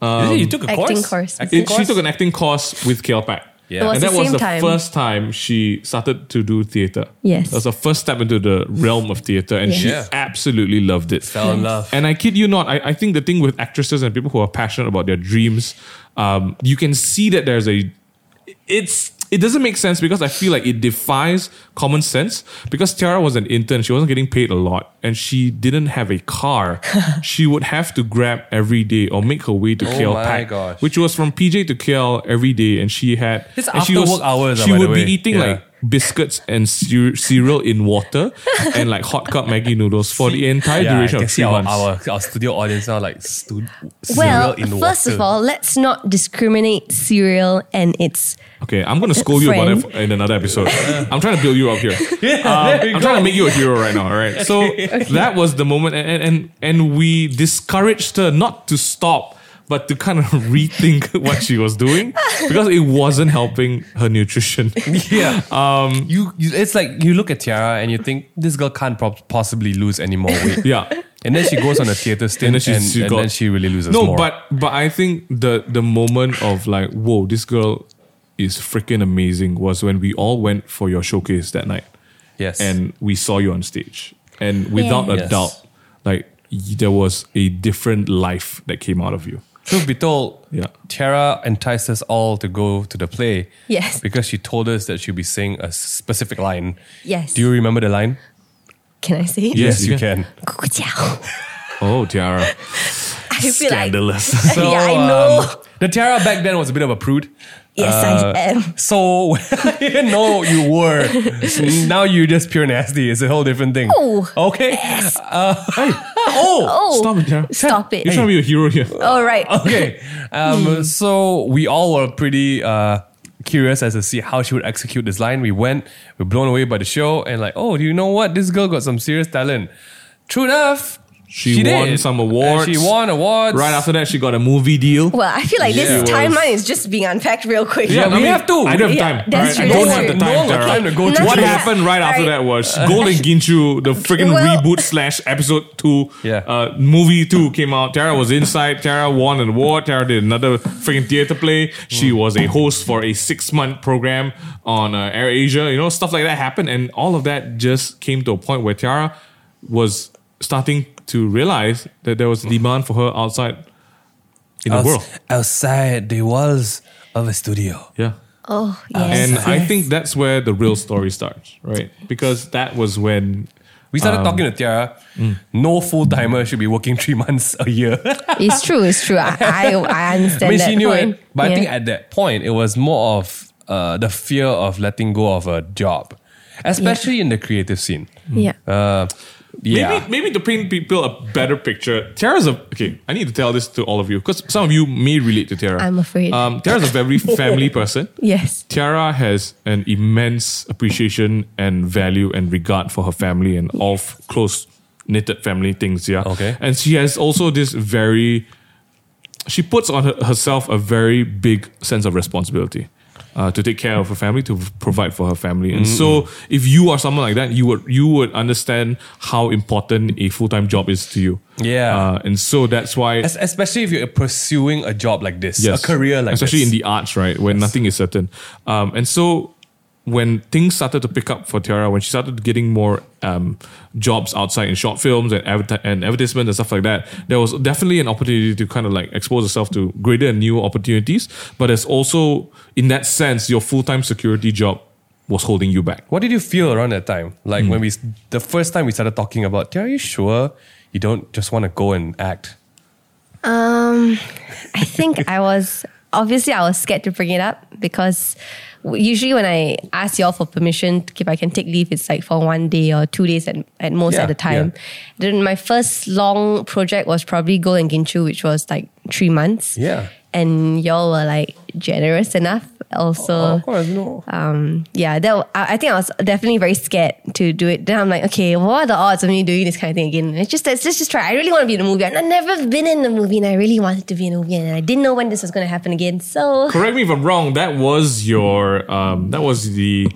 Speaker 2: Is it you took a
Speaker 3: Acting
Speaker 2: course?
Speaker 3: course.
Speaker 2: Acting
Speaker 1: Um, It, she took an acting course with KLPAC.
Speaker 2: Yeah. It was
Speaker 1: and that
Speaker 3: the
Speaker 1: was
Speaker 3: same
Speaker 1: the
Speaker 3: time.
Speaker 1: first time she started to do theater.
Speaker 3: Yes.
Speaker 1: that was the first step into the realm of theater, and she
Speaker 2: Yes. Yeah.
Speaker 1: absolutely loved it.
Speaker 2: Fell in love.
Speaker 1: And I kid you not, I, I think the thing with actresses and people who are passionate about their dreams, um, you can see that there's a it's it doesn't make sense because I feel like it defies common sense. Because Tiara was an intern, she wasn't getting paid a lot, and she didn't have a car. she would have to grab every day or make her way to KL
Speaker 2: Oh my
Speaker 1: Pack,
Speaker 2: gosh.
Speaker 1: which was from PJ to KL every day, and she had
Speaker 2: It's
Speaker 1: and she
Speaker 2: after
Speaker 1: was,
Speaker 2: work hours, ah,
Speaker 1: She
Speaker 2: by the
Speaker 1: would be
Speaker 2: way.
Speaker 1: eating
Speaker 2: Yeah.
Speaker 1: like biscuits and cere- cereal in water and like hot cup Maggie noodles for the entire
Speaker 2: Yeah, I
Speaker 1: duration
Speaker 2: can
Speaker 1: of
Speaker 2: see
Speaker 1: three
Speaker 2: our,
Speaker 1: months.
Speaker 2: our, our studio audience now like stu-
Speaker 3: well,
Speaker 2: cereal in
Speaker 3: first
Speaker 2: water.
Speaker 3: of all, let's not discriminate cereal and its.
Speaker 1: Okay, I'm gonna scold you about
Speaker 3: Friend.
Speaker 1: that in another episode. I'm trying to build you up here.
Speaker 2: there we
Speaker 1: I'm trying to make you a hero right now. All right, so that was the moment, and and and we discouraged her not to stop, but to kind of rethink what she was doing because it wasn't helping her nutrition.
Speaker 2: yeah. Um, you, you, it's like you look at Tiara and you think this girl can't pro- possibly lose any more weight.
Speaker 1: Yeah.
Speaker 2: And then she goes on a theater stint and,
Speaker 1: then she- she
Speaker 2: and
Speaker 1: got-
Speaker 2: then she really loses
Speaker 1: No,
Speaker 2: more.
Speaker 1: but but I think the the moment of like, whoa, this girl is freaking amazing was when we all went for your showcase that night.
Speaker 2: yes.
Speaker 1: and we saw you on stage. And without a
Speaker 2: Yes.
Speaker 1: doubt, like y- there was a different life that came out of you.
Speaker 2: Truth be told,
Speaker 1: Yeah.
Speaker 2: Tiara enticed us all to go to the play.
Speaker 3: Yes.
Speaker 2: Because she told us that she'd be singing a specific line.
Speaker 3: Yes.
Speaker 2: Do you remember the line?
Speaker 3: Can I say?
Speaker 1: Yes, you
Speaker 2: can.
Speaker 1: Oh, Tiara,
Speaker 3: I feel
Speaker 1: scandalous.
Speaker 3: like. yeah, I know.
Speaker 2: um, the Tiara back then was a bit of a prude. Uh,
Speaker 3: yes,
Speaker 1: uh,
Speaker 3: I am.
Speaker 2: So, no, you were. now you're just pure nasty. It's a whole different thing.
Speaker 3: Oh.
Speaker 2: Okay. Uh, oh.
Speaker 3: Oh,
Speaker 1: Stop it, Tiara.
Speaker 3: Stop it.
Speaker 1: You're trying to be a hero here.
Speaker 3: All right.
Speaker 2: Okay.
Speaker 1: Hmm.
Speaker 2: Um, so we all were pretty uh, curious as to see how she would execute this line. We went, we were blown away by the show, and like, oh, do you know what? This girl got some serious talent. True enough,
Speaker 1: She won some
Speaker 2: And
Speaker 1: awards.
Speaker 2: she won awards.
Speaker 1: Right after that, she got a movie deal.
Speaker 3: Well, I feel like
Speaker 2: Yeah.
Speaker 3: this timeline is just being unpacked real quick.
Speaker 2: Yeah, we have to.
Speaker 1: I don't have
Speaker 3: Yeah,
Speaker 1: time.
Speaker 3: that's true,
Speaker 1: all I don't
Speaker 3: that's
Speaker 1: have
Speaker 3: true.
Speaker 1: the
Speaker 2: No
Speaker 1: time,
Speaker 2: one got
Speaker 1: Tara.
Speaker 2: time to go
Speaker 3: Okay,
Speaker 2: through
Speaker 1: What
Speaker 2: this.
Speaker 3: Yeah.
Speaker 1: happened right
Speaker 3: All
Speaker 1: after
Speaker 3: right.
Speaker 1: that was Golden Ginchu, the freaking
Speaker 3: Well-
Speaker 1: reboot slash episode two,
Speaker 2: Yeah.
Speaker 1: uh, movie two came out. Tara was inside. Tara won an award. Tara did another freaking theater play. She was a host for a six month program on uh, Air Asia. You know, stuff like that happened, and all of that just came to a point where Tara was starting to realize that there was a demand for her outside in the world.
Speaker 2: Outside the walls of a studio.
Speaker 1: Yeah.
Speaker 3: Oh,
Speaker 2: Uh,
Speaker 3: yes.
Speaker 1: And I
Speaker 3: yes.
Speaker 1: think that's where the real story starts, right? Because that was when
Speaker 2: We started
Speaker 1: Um,
Speaker 2: talking to Tiara.
Speaker 1: mm.
Speaker 2: No full timer should be working three months a year.
Speaker 3: it's true. It's true. I I, I understand
Speaker 2: I mean,
Speaker 3: that
Speaker 2: she knew
Speaker 3: point.
Speaker 2: it, but I
Speaker 3: Yeah.
Speaker 2: think at that point it was more of uh, the fear of letting go of a job, especially in the creative scene.
Speaker 3: yeah.
Speaker 2: Uh, yeah,
Speaker 1: Maybe, maybe to paint people a better picture, Tara's a okay. I need to tell this to all of you because some of you may relate to Tara.
Speaker 3: I'm afraid.
Speaker 1: Um, Tara's a very family person.
Speaker 3: yes.
Speaker 1: Tiara has an immense appreciation and value and regard for her family and all f- close knitted family things. Yeah.
Speaker 2: Okay.
Speaker 1: And she has also this very, she puts on her, herself a very big sense of responsibility. Uh, to take care of her family, to provide for her family, and so if you are someone like that, you would you would understand how important a full time job is to you.
Speaker 2: Yeah.
Speaker 1: uh, and so that's why
Speaker 2: Es- especially if you're pursuing a job like this, a career like
Speaker 1: especially
Speaker 2: this.
Speaker 1: in the arts, right, where nothing is certain. Um, and so when things started to pick up for Tiara, when she started getting more um, jobs outside in short films and, adver- and advertisements and stuff like that, there was definitely an opportunity to kind of like expose herself to greater and new opportunities. But it's also, in that sense, your full time security job was holding you back.
Speaker 2: What did you feel around that time?
Speaker 1: Hmm.
Speaker 2: Like when we, s- the first time we started talking about, "Dear, are you sure you don't just want to go and act?
Speaker 4: Um, I think I was obviously I was scared to bring it up because w- usually when I ask y'all for permission to- if I can take leave, it's like for one day or two days at, at most
Speaker 2: Yeah,
Speaker 4: at a time.
Speaker 2: yeah.
Speaker 4: Then my first long project was probably Go and Ginchu, which was like three months.
Speaker 2: Yeah.
Speaker 4: and y'all were like generous enough.
Speaker 3: Uh,
Speaker 4: Also,
Speaker 2: Oh, of course, no.
Speaker 4: um, yeah, that wa- I I think I was definitely very scared to do it. Then I'm like, okay, what are the odds of me doing this kind of thing again? It's just let's, let's just try. I really want to be in a movie. I've never been in a movie, and I really wanted to be in a movie, and I didn't know when this was going to happen again. So
Speaker 1: Correct me if I'm wrong. That was your. Um, that was the.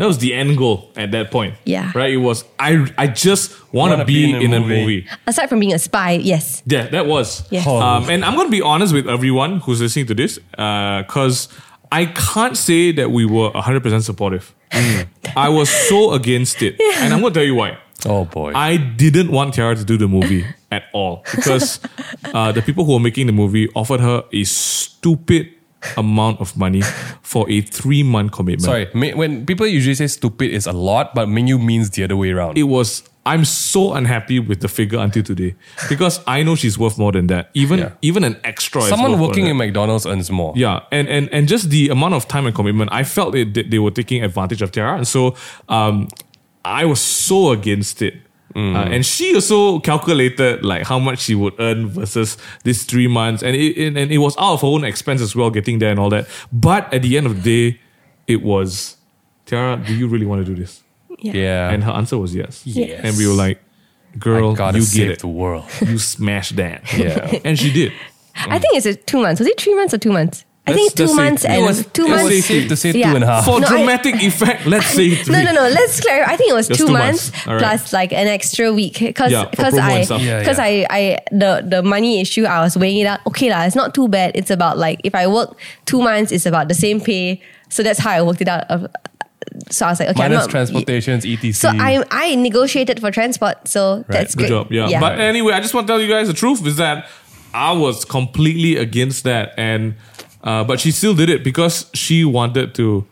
Speaker 1: That was the end goal at that point.
Speaker 4: Yeah.
Speaker 1: Right. It was. I. I just want to
Speaker 2: Wanna
Speaker 1: be, in, a, movie.
Speaker 4: aside from being a spy, yes,
Speaker 1: Yeah, that was.
Speaker 4: Yes.
Speaker 2: Oh.
Speaker 1: Um, and I'm going to be honest with everyone who's listening to this, because I can't say that we were 100% supportive. I was so against it, and I'm going to tell you why.
Speaker 2: Oh boy.
Speaker 1: I didn't want Tiara to do the movie at all because uh, the people who were making the movie offered her a stupid amount of money for a three month commitment.
Speaker 2: Sorry, ma- when people usually say stupid is a lot, but Mingyu means the other way around.
Speaker 1: It was. I'm so unhappy with the figure until today because I know she's worth more than that. Even
Speaker 2: Yeah.
Speaker 1: even an extra. is
Speaker 2: Someone
Speaker 1: worth more
Speaker 2: working
Speaker 1: than
Speaker 2: in
Speaker 1: that.
Speaker 2: McDonald's earns more.
Speaker 1: yeah, and, and and just the amount of time and commitment, I felt it, that they were taking advantage of Tiara, and so um, I was so against it. Uh, and she also calculated like how much she would earn versus these three months, and it it- and it was out of her own expense as well, getting there and all that. But at the end of the day, it was Tiara. Do you really want to do this?
Speaker 2: Yeah.
Speaker 1: And her answer was yes.
Speaker 2: Yes.
Speaker 1: And we were like,
Speaker 2: I
Speaker 1: "Girl,
Speaker 2: gotta
Speaker 1: you
Speaker 2: save
Speaker 1: get it.
Speaker 2: the world.
Speaker 1: You smash that."
Speaker 2: Yeah.
Speaker 1: and she did.
Speaker 4: I think it's a two months. Was it three months or two months? I
Speaker 1: Let's
Speaker 4: think two
Speaker 1: just say
Speaker 4: months
Speaker 1: three.
Speaker 4: and
Speaker 1: It was-
Speaker 4: two
Speaker 1: it was
Speaker 4: months.
Speaker 1: say
Speaker 2: Safe to say
Speaker 4: Yeah.
Speaker 2: two and a half.
Speaker 1: For
Speaker 4: No, I-
Speaker 1: dramatic effect, let's say three.
Speaker 4: No, no, no. Let's clarify. I think it was
Speaker 1: Just
Speaker 4: two,
Speaker 1: two
Speaker 4: months,
Speaker 1: months. All right.
Speaker 4: plus like an extra week because
Speaker 1: Yeah, for
Speaker 4: because
Speaker 1: promo
Speaker 4: I
Speaker 1: and stuff.
Speaker 2: Yeah,
Speaker 4: because
Speaker 2: yeah.
Speaker 4: I I the the money issue. I was weighing it out. Okay lah, it's not too bad. It's about like if I work two months, it's about the same pay. So that's how I worked it out. Of so I was like, okay,
Speaker 2: Minus
Speaker 4: I'm not,
Speaker 2: transportations, E etc.
Speaker 4: So I I negotiated for transport. So that's
Speaker 1: Good
Speaker 4: great.
Speaker 1: job. Yeah.
Speaker 4: yeah.
Speaker 1: But
Speaker 2: uh,
Speaker 1: anyway, I just want to tell you guys the truth is that I was completely against that, and uh, but she still did it because she wanted to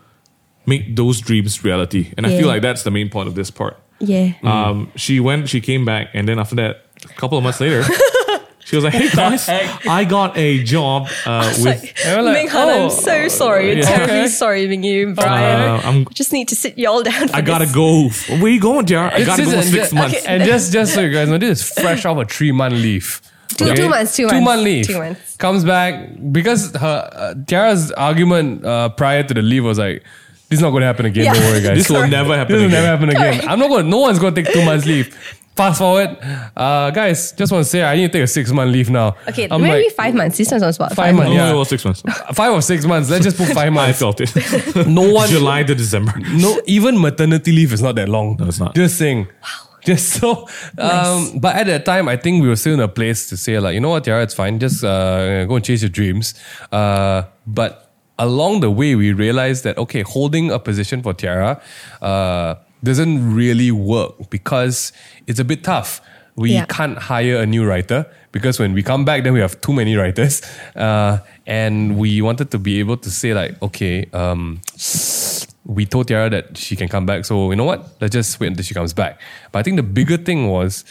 Speaker 1: make those dreams reality, and I
Speaker 4: Yeah. Mm.
Speaker 1: feel like that's the main point of this part.
Speaker 4: yeah.
Speaker 1: Um, she went, she came back, and then after that, a couple of months later. She was like, "Hey guys, I got a job uh, with
Speaker 3: Like,
Speaker 2: And we're like,
Speaker 3: Ming Han,
Speaker 2: oh,
Speaker 3: I'm so sorry.
Speaker 1: yeah.
Speaker 3: Terribly
Speaker 2: Okay.
Speaker 3: sorry, Mingy, Brian.
Speaker 1: Uh, I'm-
Speaker 3: just need to sit y'all down. For
Speaker 1: I gotta
Speaker 3: this.
Speaker 1: go. Where you going, Jar? I
Speaker 2: This
Speaker 1: gotta
Speaker 2: is-
Speaker 1: go for
Speaker 2: and
Speaker 1: six
Speaker 2: ju-
Speaker 1: months."
Speaker 3: Okay.
Speaker 2: And just just so you guys know, this is fresh off a three month leave.
Speaker 4: Two- two months, two
Speaker 2: Two
Speaker 4: months,
Speaker 2: month leave.
Speaker 4: two months.
Speaker 2: Comes back because her uh, Tiara's argument uh, prior to the leave was like, "This is not going to happen again.
Speaker 3: Yeah.
Speaker 2: Don't worry, guys.
Speaker 1: This will
Speaker 2: Correct.
Speaker 1: never happen
Speaker 2: This will
Speaker 1: again.
Speaker 2: never happen again. I'm not going. to No one's going to take two months leave." Fast forward, uh, guys. Just want to say, I need to take a six month leave now.
Speaker 4: Okay,
Speaker 2: I'm
Speaker 4: maybe
Speaker 2: like,
Speaker 4: five months. This one's on spot.
Speaker 2: Five
Speaker 1: Oh,
Speaker 2: months. Yeah.
Speaker 1: it was six months.
Speaker 2: five or six months. Let's just put five
Speaker 1: I
Speaker 2: months.
Speaker 1: felt it.
Speaker 2: No one,
Speaker 1: July to December.
Speaker 2: no, even maternity leave is not that long. No,
Speaker 1: it's not.
Speaker 2: Just saying. Wow. Just so, um, but at that time, I think we were still in a place to say like, you know what, Tiara, it's fine. Just uh, go and chase your dreams. Uh, but along the way, we realized that okay, holding a position for Tiara uh, doesn't really work because it's a bit tough. We
Speaker 4: Yeah.
Speaker 2: can't hire a new writer because when we come back, then we have too many writers, uh, and we wanted to be able to say like, okay, um, we told Tiara that she can come back. So you know what? Let's just wait until she comes back. But I think the bigger thing was,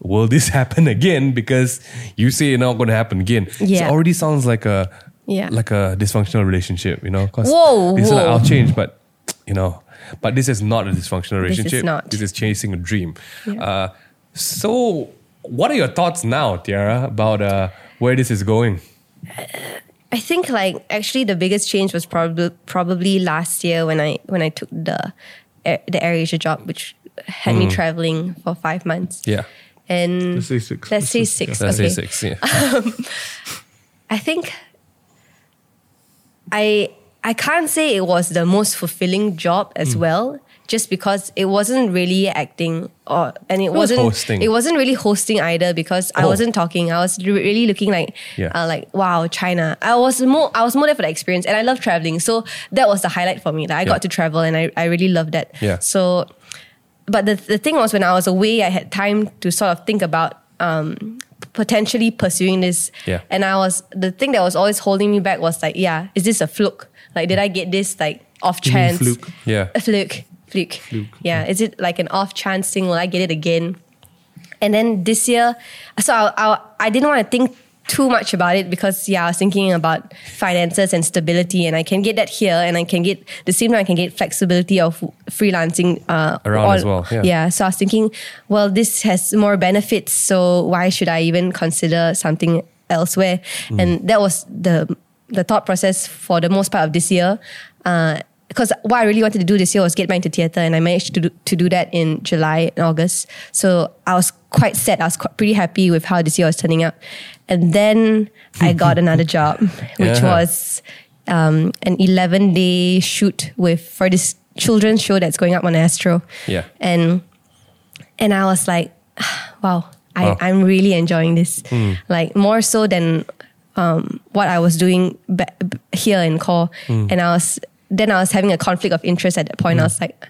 Speaker 2: will this happen again? Because you say it's not going to happen again.
Speaker 4: Yeah.
Speaker 2: It already sounds like a
Speaker 4: Yeah.
Speaker 2: like a dysfunctional relationship. You know, because
Speaker 4: Whoa,
Speaker 2: this is like
Speaker 4: whoa.
Speaker 2: I'll change, but you know, but this is not a dysfunctional
Speaker 4: This is
Speaker 2: relationship.
Speaker 4: not.
Speaker 2: This is chasing a dream. Uh, so, what are your thoughts now, Tiara, about uh, where this is going?
Speaker 4: I think like actually the biggest change was probably probably last year when I when I took the Air- the AirAsia job, which had me traveling for five months.
Speaker 2: Mm. Yeah.
Speaker 4: and
Speaker 1: Let's say six.
Speaker 4: Let's say six.
Speaker 2: Let's
Speaker 4: okay.
Speaker 2: say six. Yeah.
Speaker 4: I think
Speaker 2: Hmm.
Speaker 4: I I can't say it was the most fulfilling job as well just because it wasn't really acting or and it,
Speaker 2: was
Speaker 4: wasn't
Speaker 2: hosting.
Speaker 4: it wasn't really hosting either because I
Speaker 2: Oh.
Speaker 4: wasn't talking. I was re- really looking like
Speaker 2: Yeah.
Speaker 4: uh, like wow China. I was more I was more there for the experience and I love traveling. So that was the highlight for me. That I
Speaker 2: Yeah.
Speaker 4: got to travel and I, I really loved that.
Speaker 2: Yeah.
Speaker 4: So but the, the thing was when I was away, I had time to sort of think about um, potentially pursuing this.
Speaker 2: Yeah.
Speaker 4: And I was the thing that was always holding me back was like, yeah, is this a fluke? Like, did I get this like off
Speaker 1: mean
Speaker 4: chance?
Speaker 1: fluke?
Speaker 2: Yeah.
Speaker 4: A fluke, fluke. Yeah. Is it like an off chance thing? Will I get it again? And then this year, so I, I, I didn't want to think too much about it because, yeah, I was thinking about finances and stability, and I can get that here, and I can get the same time I can get flexibility of freelancing uh,
Speaker 2: Around as well, yeah.
Speaker 4: So I was thinking, well, this has more benefits, so why should I even consider something elsewhere?
Speaker 2: Mm.
Speaker 4: And that was the the thought process for the most part of this year. Uh, because what I really wanted to do this year was get back into theatre, and I managed to do, to do that in July and August. So I was quite sad. I was quite, pretty happy with how this year was turning out. And then I got another job, which
Speaker 2: Yeah.
Speaker 4: was um, an 11 day shoot with for this children's show that's going up on Astro.
Speaker 2: Yeah.
Speaker 4: And and I was like, wow, I,
Speaker 2: Wow. Hmm.
Speaker 4: I'm really enjoying this. Like more so than um, what I was doing ba- b- here in core.
Speaker 2: Hmm.
Speaker 4: And I was then I was having a conflict of interest at that point. I was like,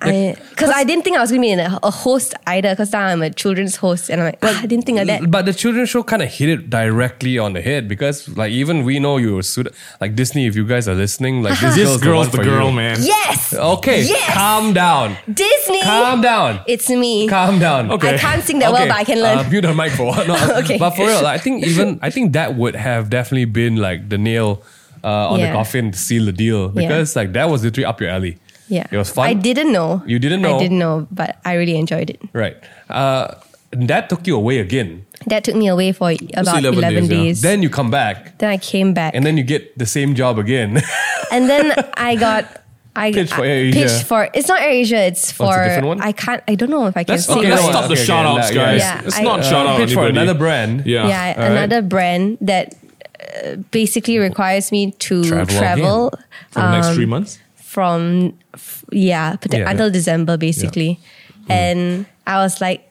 Speaker 4: because I didn't think I was going to be in a, a host either. Because now I'm a children's host, and I'm like, "Ah, I didn't think of that.
Speaker 2: But the children's show kind of hit it directly on the head because, like, even we know you were suited. Like Disney, if you guys are listening, like this,
Speaker 1: This girl's the,
Speaker 2: one for
Speaker 1: girl,
Speaker 2: you.
Speaker 1: man.
Speaker 4: Yes,
Speaker 2: Okay,
Speaker 4: Yes!
Speaker 2: calm down,
Speaker 4: Disney.
Speaker 2: Oh. calm down,
Speaker 4: It's me.
Speaker 2: calm down.
Speaker 1: Okay.
Speaker 4: I can't sing that well,
Speaker 2: Okay,
Speaker 4: but I can learn.
Speaker 2: Uh, mute her mic for one. No,
Speaker 4: Okay.
Speaker 2: But for real, like, I think even I think that would have definitely been like the nail uh, on the
Speaker 4: Yeah.
Speaker 2: coffin to seal the deal
Speaker 4: Yeah.
Speaker 2: because like that was literally up your alley.
Speaker 4: yeah,
Speaker 2: It was fun.
Speaker 4: I didn't know.
Speaker 2: You didn't know.
Speaker 4: I didn't know, but I really enjoyed it.
Speaker 2: Right. Uh, that took you away again.
Speaker 4: That took me away for about
Speaker 1: 11
Speaker 4: eleven,
Speaker 1: days, yeah.
Speaker 4: days. Then,
Speaker 2: Then you come back
Speaker 4: I came back,
Speaker 2: and then you get the same job again.
Speaker 4: and then I got. I
Speaker 2: Pitched for
Speaker 4: I-
Speaker 2: AirAsia.
Speaker 4: Pitched for it's not AirAsia. It's for
Speaker 2: different one?
Speaker 4: I can't. I don't know if I can
Speaker 2: That's-
Speaker 4: say.
Speaker 1: Okay,
Speaker 2: Okay,
Speaker 1: let's
Speaker 2: no,
Speaker 1: stop the
Speaker 2: okay, okay,
Speaker 1: shout outs,
Speaker 2: yeah,
Speaker 1: guys.
Speaker 4: yeah.
Speaker 1: Let's
Speaker 4: I-
Speaker 1: not shout out
Speaker 2: Uh, pitch for
Speaker 1: anybody.
Speaker 2: another brand.
Speaker 1: Yeah.
Speaker 4: yeah,
Speaker 2: All right.
Speaker 4: another brand that uh, basically requires me to
Speaker 2: Travel
Speaker 4: travel,
Speaker 1: For the next
Speaker 4: um,
Speaker 1: three months.
Speaker 4: from f- yeah, pot-
Speaker 2: Yeah. Hmm.
Speaker 4: until December basically, and I was like,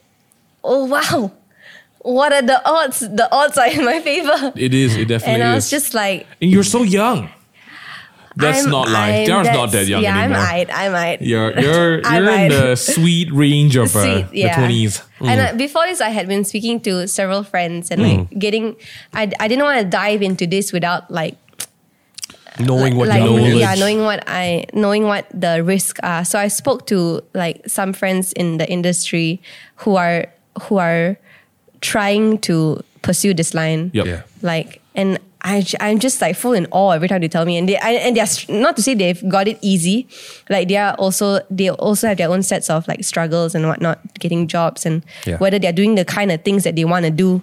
Speaker 4: oh wow, what are the odds? The odds are in my favor,
Speaker 1: It is. It definitely
Speaker 4: and I
Speaker 1: is.
Speaker 4: was just like.
Speaker 1: and you're so young. That's
Speaker 4: I'm-
Speaker 1: not life.
Speaker 4: I'm-
Speaker 1: Dara's not that
Speaker 4: that's-
Speaker 1: young
Speaker 4: yeah,
Speaker 1: anymore.
Speaker 4: I'm eyed. I'm eyed.
Speaker 1: You're you're
Speaker 4: I
Speaker 1: you're in
Speaker 4: lied.
Speaker 1: the sweet range of uh,
Speaker 4: Sweet, yeah.
Speaker 1: the twenties.
Speaker 4: And uh, before this, I had been speaking to several friends and like getting. I, I didn't want to dive into this without like
Speaker 2: Knowing what
Speaker 4: like
Speaker 2: you know.
Speaker 4: yeah
Speaker 1: Knowledge.
Speaker 4: knowing what I knowing what the risks are. So I spoke to like some friends in the industry who are who are trying to pursue this line.
Speaker 1: Yep.
Speaker 2: Yeah.
Speaker 4: Like and. I, j- I'm just like full in awe every time they tell me, and they I, and they're str- not to say they've got it easy, like they are also they also have their own sets of like struggles and whatnot, getting jobs and
Speaker 2: Yeah.
Speaker 4: whether they're doing the kind of things that they want to do.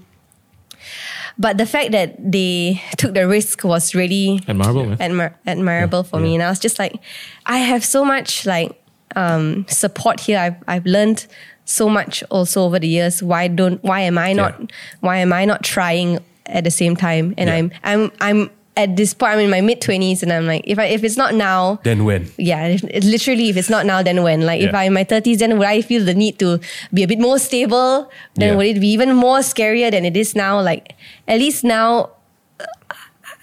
Speaker 4: But the fact that they took the risk was really
Speaker 1: Admirable, man.
Speaker 4: admir- admirable for me. And I was just like, I have so much like um, support here. I've I've learned so much also over the years. Why don't why am I not
Speaker 2: Yeah.
Speaker 4: why am I not trying at the same time? And
Speaker 2: Yeah.
Speaker 4: I'm I'm I'm at this point I'm in my mid twenties and I'm like if I if it's not now
Speaker 2: Then when?
Speaker 4: yeah, it- it- literally, if it's not now, then when? Like, if
Speaker 2: Yeah.
Speaker 4: I'm in my 30s, then would I feel the need to be a bit more stable? Then
Speaker 2: Yeah.
Speaker 4: would it be even more scarier than it is now? Like, at least now, uh,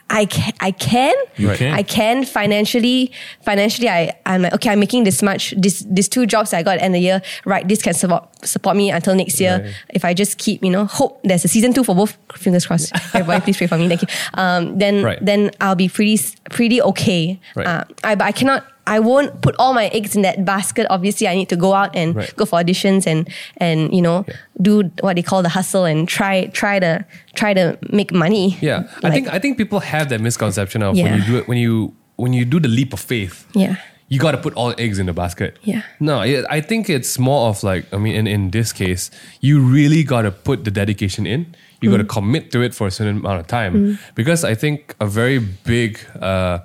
Speaker 4: I can, I can,
Speaker 1: You Right. can.
Speaker 4: I can financially. Financially, I I'm like, okay, I'm making this much. This these two jobs I got at the end of the year, right? This can support support me until next year.
Speaker 2: Right.
Speaker 4: If I just keep, you know, hope there's a season two for both. Fingers crossed. Everybody, please pray for me. Thank you. Um, then
Speaker 2: Right.
Speaker 4: then I'll be pretty s- pretty okay.
Speaker 2: Right.
Speaker 4: Uh, I, but I cannot. I won't put all my eggs in that basket. Obviously, I need to go out and
Speaker 2: Right.
Speaker 4: go for auditions and and you know
Speaker 2: Yeah.
Speaker 4: do what they call the hustle and try try to try to make money.
Speaker 2: Yeah, I
Speaker 4: Like,
Speaker 2: think I think people have that misconception of
Speaker 4: Yeah.
Speaker 2: when you do it when you when you do the leap of faith.
Speaker 4: Yeah.
Speaker 2: you got to put all eggs in the basket.
Speaker 4: Yeah.
Speaker 2: No, I I think it's more of like I mean, in in this case, you really got to put the dedication in. You got to commit to it for a certain amount of time because I think a very big. Uh,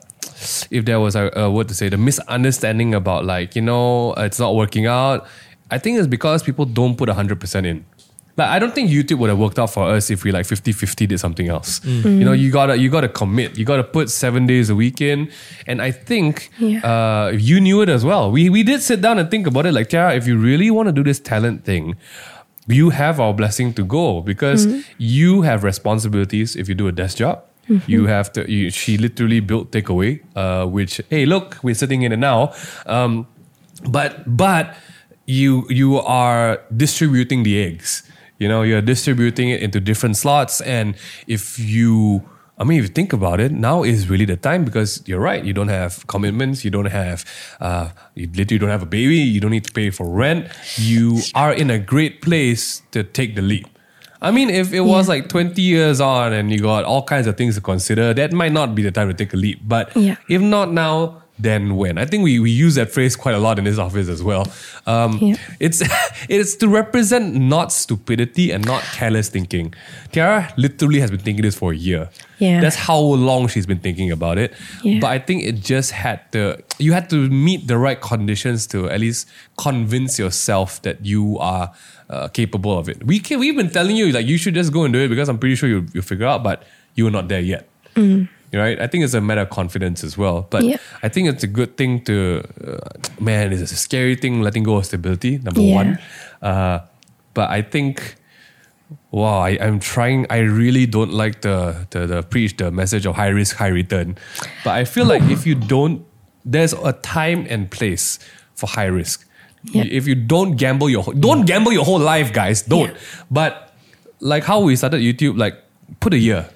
Speaker 2: if there was a, a word to say, the misunderstanding about like you know it's not working out, I think it's because people don't put hundred percent in. Like Like I don't think YouTube would have worked out for us if we like 50-50 did something else. You know, you gotta you gotta commit. You gotta put seven days a week in. And I think uh, you knew it as well. We we did sit down and think about it. Like Tiara, if you really want to do this talent thing, you have our blessing to go because you have responsibilities if you do a desk job. You have to. You, she literally built takeaway, uh, which hey, look, we're sitting in it now. Um, but but you you are distributing the eggs. You know, you're distributing it into different slots, and if you I mean, if you think about it, now is really the time because you're right. You don't have commitments. You don't have, uh, you literally don't have a baby. You don't need to pay for rent. You are in a great place to take the leap. I mean, if it was like 20 years on and you got all kinds of things to consider, that might not be the time to take a leap. But
Speaker 3: Yeah.
Speaker 2: if not now, then when? I think we, we use that phrase quite a lot in this office as well. Um,
Speaker 3: Yeah.
Speaker 2: It's it's to represent not stupidity and not careless thinking. Tiara literally has been thinking this for a year.
Speaker 3: Yeah.
Speaker 2: That's how long she's been thinking about it.
Speaker 3: Yeah.
Speaker 2: But I think it just had to, you had to meet the right conditions to at least convince yourself that you are uh, capable of it. We can, we've been telling you, like, you should just go and do it because I'm pretty sure you, you'll figure out, but you were not there yet. Right? I think it's a matter of confidence as well. But
Speaker 3: Mm. Yeah.
Speaker 2: I think it's a good thing to, uh, man, it's a scary thing letting go of stability, number
Speaker 3: Yeah.
Speaker 2: one. Uh, but I think Wow, I, I'm trying. I really don't like the, the the preach the message of high risk, high return. But I feel like if you don't, there's a time and place for high risk.
Speaker 3: Yeah.
Speaker 2: If you don't gamble your whole- don't gamble your whole life, guys, don't. But like how we started YouTube, like put a year,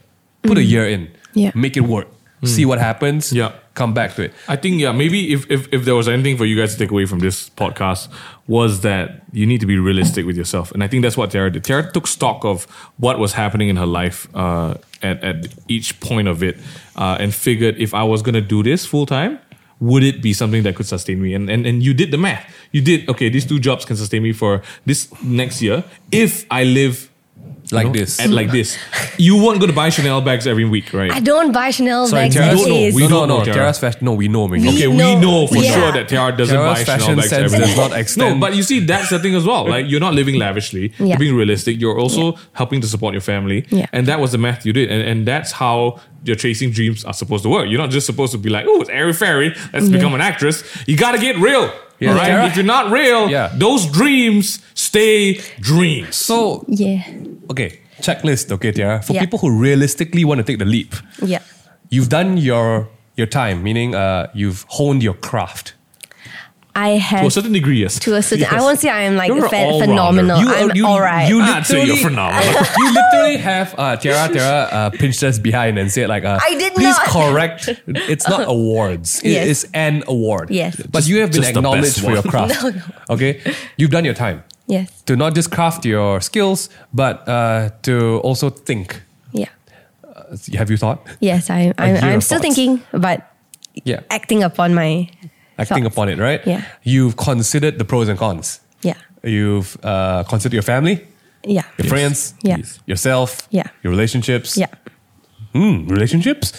Speaker 2: put a year in,
Speaker 3: Yeah.
Speaker 2: make it work, see what happens,
Speaker 1: Mm. Yeah.
Speaker 2: come back to it.
Speaker 1: I think yeah, maybe if, if if there was anything for you guys to take away from this podcast was that you need to be realistic with yourself, and I think that's what Tara did. Tara took stock of what was happening in her life uh, at at each point of it, uh, and figured if I was gonna do this full time, would it be something that could sustain me? And and and you did the math. You did okay. These two jobs can sustain me for this next year if I live. you
Speaker 2: Like
Speaker 1: know,
Speaker 2: this.
Speaker 1: at like this, you weren't going to buy Chanel bags every week, right?
Speaker 4: I don't buy Chanel
Speaker 2: Sorry,
Speaker 4: bags
Speaker 2: Tara,
Speaker 4: these
Speaker 1: don't know.
Speaker 4: days.
Speaker 1: We
Speaker 2: no,
Speaker 1: don't
Speaker 2: no,
Speaker 1: know,
Speaker 2: no,
Speaker 1: Tiara.
Speaker 2: Tara's fashion. No, we know, we know.
Speaker 4: We
Speaker 1: Okay, we
Speaker 4: know.
Speaker 1: know for
Speaker 4: Yeah.
Speaker 1: sure that Tiara doesn't
Speaker 2: Tiara's
Speaker 1: buy Chanel
Speaker 2: fashion
Speaker 1: bags
Speaker 2: sense
Speaker 1: every
Speaker 2: does
Speaker 1: day.
Speaker 2: not
Speaker 1: No,
Speaker 2: extend-
Speaker 1: but you see, that's the thing as well. Like you're not living lavishly.
Speaker 4: Yeah.
Speaker 1: You're being realistic. You're also helping to support your family.
Speaker 3: Yeah.
Speaker 1: And that was the math you did. And, and that's how your chasing dreams are supposed to work. You're not just supposed to be like, oh, it's airy fairy. Let's become an actress. You gotta get real.
Speaker 2: Yeah.
Speaker 1: All right.
Speaker 2: Tiara-
Speaker 1: If you're not real,
Speaker 2: Yeah.
Speaker 1: those dreams stay dreams.
Speaker 2: So
Speaker 4: Yeah.
Speaker 2: okay, checklist. Okay, Tiara, for
Speaker 4: Yeah.
Speaker 2: people who realistically want to take the leap.
Speaker 4: Yeah.
Speaker 2: you've done your your time, meaning uh, you've honed your craft.
Speaker 4: I
Speaker 1: to a
Speaker 4: have
Speaker 1: certain degree, yes.
Speaker 4: to a certain. I won't say I'm like
Speaker 1: You're
Speaker 4: phen-
Speaker 1: all
Speaker 4: phenomenal.
Speaker 2: You,
Speaker 4: I'm all right.
Speaker 2: You
Speaker 1: I'd say
Speaker 2: literally,
Speaker 1: you're phenomenal.
Speaker 2: you literally have uh, Tiara Tiara uh, pinched us behind and said like, uh,
Speaker 4: I did
Speaker 2: please
Speaker 4: not."
Speaker 2: correct. It's not awards. It
Speaker 4: Yes.
Speaker 2: is an award.
Speaker 4: Yes.
Speaker 2: but you have been
Speaker 1: just the best
Speaker 2: acknowledged for your
Speaker 1: one.
Speaker 2: craft.
Speaker 4: No, no.
Speaker 2: Okay, you've done your time
Speaker 4: yes.
Speaker 2: to not just craft your skills, but uh, to also think.
Speaker 4: Yeah.
Speaker 2: Have you thought?
Speaker 4: Yes. I, I'm.
Speaker 2: hear
Speaker 4: I'm
Speaker 2: your
Speaker 4: still
Speaker 2: thoughts.
Speaker 4: thinking, but
Speaker 2: Yeah,
Speaker 4: acting upon my.
Speaker 2: acting
Speaker 4: thoughts.
Speaker 2: upon it, right?
Speaker 4: Yeah.
Speaker 2: you've considered the pros and cons.
Speaker 4: Yeah.
Speaker 2: You've uh, considered your family.
Speaker 4: Yeah.
Speaker 2: your friends,
Speaker 4: Yeah. Yes.
Speaker 2: yourself,
Speaker 4: Yeah.
Speaker 2: your relationships,
Speaker 4: Yeah.
Speaker 2: Hmm, relationships,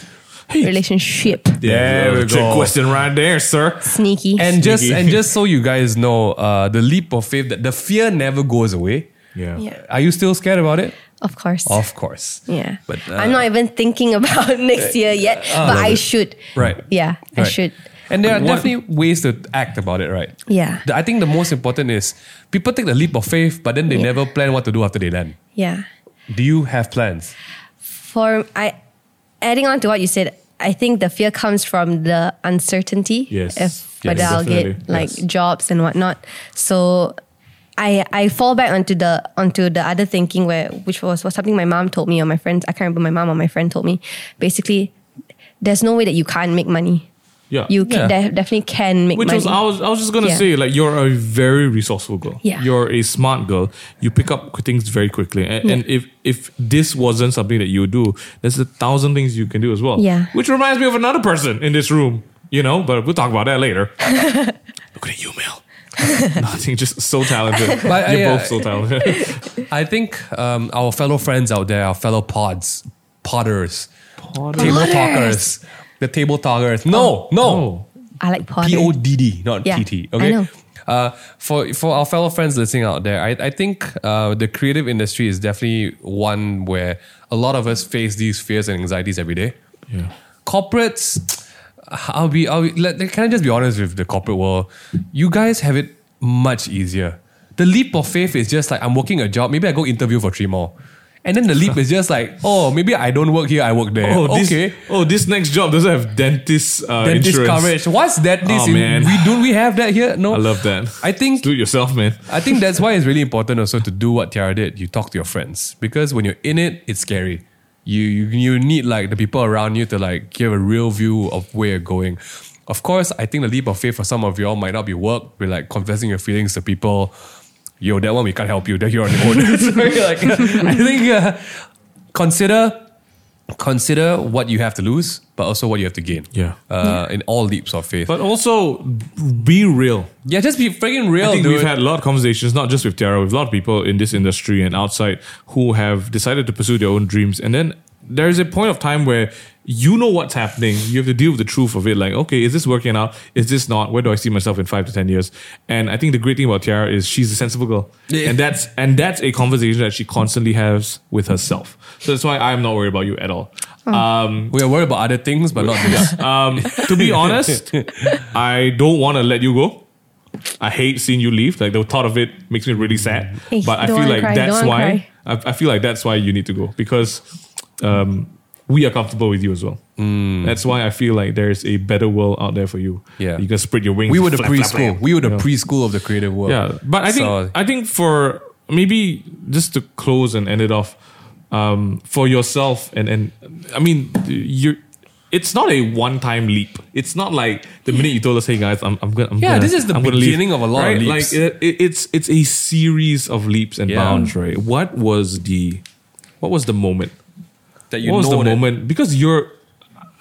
Speaker 4: Relationship.
Speaker 2: There we
Speaker 1: That's a
Speaker 2: go.
Speaker 1: question right there, sir.
Speaker 4: Sneaky.
Speaker 2: and just
Speaker 1: Sneaky.
Speaker 2: and just so you guys know, uh, the leap of faith that the fear never goes away.
Speaker 1: Yeah.
Speaker 4: Yeah.
Speaker 2: Are you still scared about it?
Speaker 4: of course.
Speaker 2: Of course.
Speaker 4: yeah.
Speaker 2: But uh,
Speaker 4: I'm not even thinking about next year yet, but
Speaker 2: love
Speaker 4: I
Speaker 2: it.
Speaker 4: should.
Speaker 2: right.
Speaker 4: Yeah. I
Speaker 2: Right.
Speaker 4: should.
Speaker 2: And there are
Speaker 1: What-
Speaker 2: definitely ways to act about it, right?
Speaker 4: Yeah.
Speaker 2: The- I think the most important is people take the leap of faith, but then they
Speaker 4: Yeah.
Speaker 2: never plan what to do after they land.
Speaker 4: Yeah.
Speaker 2: Do you have plans?
Speaker 4: for I adding on to what you said, I think the fear comes from the uncertainty.
Speaker 1: Yes.
Speaker 4: If
Speaker 1: Yes,
Speaker 4: whether I'll get
Speaker 1: definitely.
Speaker 4: like
Speaker 1: Yes.
Speaker 4: jobs and whatnot. So I I fall back onto the onto the other thinking where which was, was something my mom told me or my friends I can't remember my mom or my friend told me. Basically, there's no way that you can't make money.
Speaker 1: Yeah.
Speaker 4: You can,
Speaker 2: Yeah.
Speaker 4: de- definitely can make
Speaker 1: Which
Speaker 4: money.
Speaker 1: was I was I was just gonna
Speaker 4: Yeah.
Speaker 1: say like you're a very resourceful girl.
Speaker 4: Yeah.
Speaker 1: You're a smart girl. You pick up things very quickly. And, and if if this wasn't something that you would do, there's a thousand things you can do as well.
Speaker 4: Yeah.
Speaker 1: Which reminds me of another person in this room. You know, but we'll talk about that later. Look at you, Mel. Nothing, just so talented.
Speaker 2: But, uh,
Speaker 1: You're
Speaker 2: yeah.
Speaker 1: both so talented.
Speaker 2: I think um, our fellow friends out there, our fellow pods, potters, table
Speaker 4: Potters.
Speaker 2: talkers, the table talkers. No, no,
Speaker 1: Oh.
Speaker 4: I like pottery.
Speaker 2: P O D D, not
Speaker 4: Yeah,
Speaker 2: T T.
Speaker 4: I
Speaker 2: Okay.
Speaker 4: know.
Speaker 2: Uh, for for our fellow friends listening out there, I, I think uh, the creative industry is definitely one where a lot of us face these fears and anxieties every day.
Speaker 1: Yeah.
Speaker 2: Corporates, I'll be, I'll be let, can I just be honest with the corporate world? You guys have it much easier. The leap of faith is just like I'm working a job, maybe I go interview for three more. And then the leap is just like, oh, maybe I don't work here, I work there.
Speaker 1: Oh, this,
Speaker 2: okay.
Speaker 1: oh, this next job doesn't have dentist, uh,
Speaker 2: Dentist
Speaker 1: insurance.
Speaker 2: coverage. What's that? This
Speaker 1: Oh,
Speaker 2: in-
Speaker 1: man.
Speaker 2: we don't we have that here? No.
Speaker 1: I love that.
Speaker 2: I think
Speaker 1: Do it yourself, man.
Speaker 2: I think that's why it's really important also to do what Tiara did. You talk to your friends because when you're in it, it's scary. You you, you need like the people around you to like give a real view of where you're going. Of course, I think the leap of faith for some of y'all might not be work. We're like confessing your feelings to people. Yo, that one we can't help you. That you're on your own. so you're like, I think uh, consider consider what you have to lose, but also what you have to gain.
Speaker 1: Yeah.
Speaker 2: Uh, In all leaps of faith.
Speaker 1: But also, be real.
Speaker 2: yeah, just be freaking real,
Speaker 1: I think
Speaker 2: dude.
Speaker 1: we've had a lot of conversations, not just with Tiara, with a lot of people in this industry and outside who have decided to pursue their own dreams. And then there is a point of time where you know what's happening. You have to deal with the truth of it. Like, okay, is this working out? Is this not? Where do I see myself in five to ten years? And I think the great thing about Tiara is she's a sensible girl,
Speaker 2: Yeah.
Speaker 1: and that's and that's a conversation that she constantly has with herself. So that's why I'm not worried about you at all. Um,
Speaker 2: We are worried about other things, but not this.
Speaker 1: um, to be honest, I don't want to let you go. I hate seeing you leave. Like the thought of it makes me really sad.
Speaker 4: Eh,
Speaker 1: But I feel
Speaker 4: don't wanna
Speaker 1: like
Speaker 4: cry,
Speaker 1: that's
Speaker 4: don't wanna
Speaker 1: why I, I feel like that's why you need to go because um, we are comfortable with you as well. That's why I feel like there is a better world out there for you.
Speaker 2: Mm. Yeah.
Speaker 1: you can spread your wings.
Speaker 2: We were the
Speaker 1: Flap, flap, flap.
Speaker 2: preschool. We were the preschool of the creative world.
Speaker 1: Yeah, but I think
Speaker 2: So-
Speaker 1: I think for maybe just to close and end it off, um, for yourself and and I mean you, it's not a one time leap. It's not like the minute you told us, "Hey guys, I'm I'm gonna I'm
Speaker 2: Yeah,
Speaker 1: gonna-
Speaker 2: this is the
Speaker 1: I'm gonna leave,"
Speaker 2: beginning of a lot of
Speaker 1: right?
Speaker 2: leaps.
Speaker 1: Like it, it- it's it's a series of leaps and
Speaker 2: Yeah.
Speaker 1: bounds, right? What was the what was the moment?
Speaker 2: that you
Speaker 1: what was
Speaker 2: know
Speaker 1: the
Speaker 2: that-
Speaker 1: moment because you're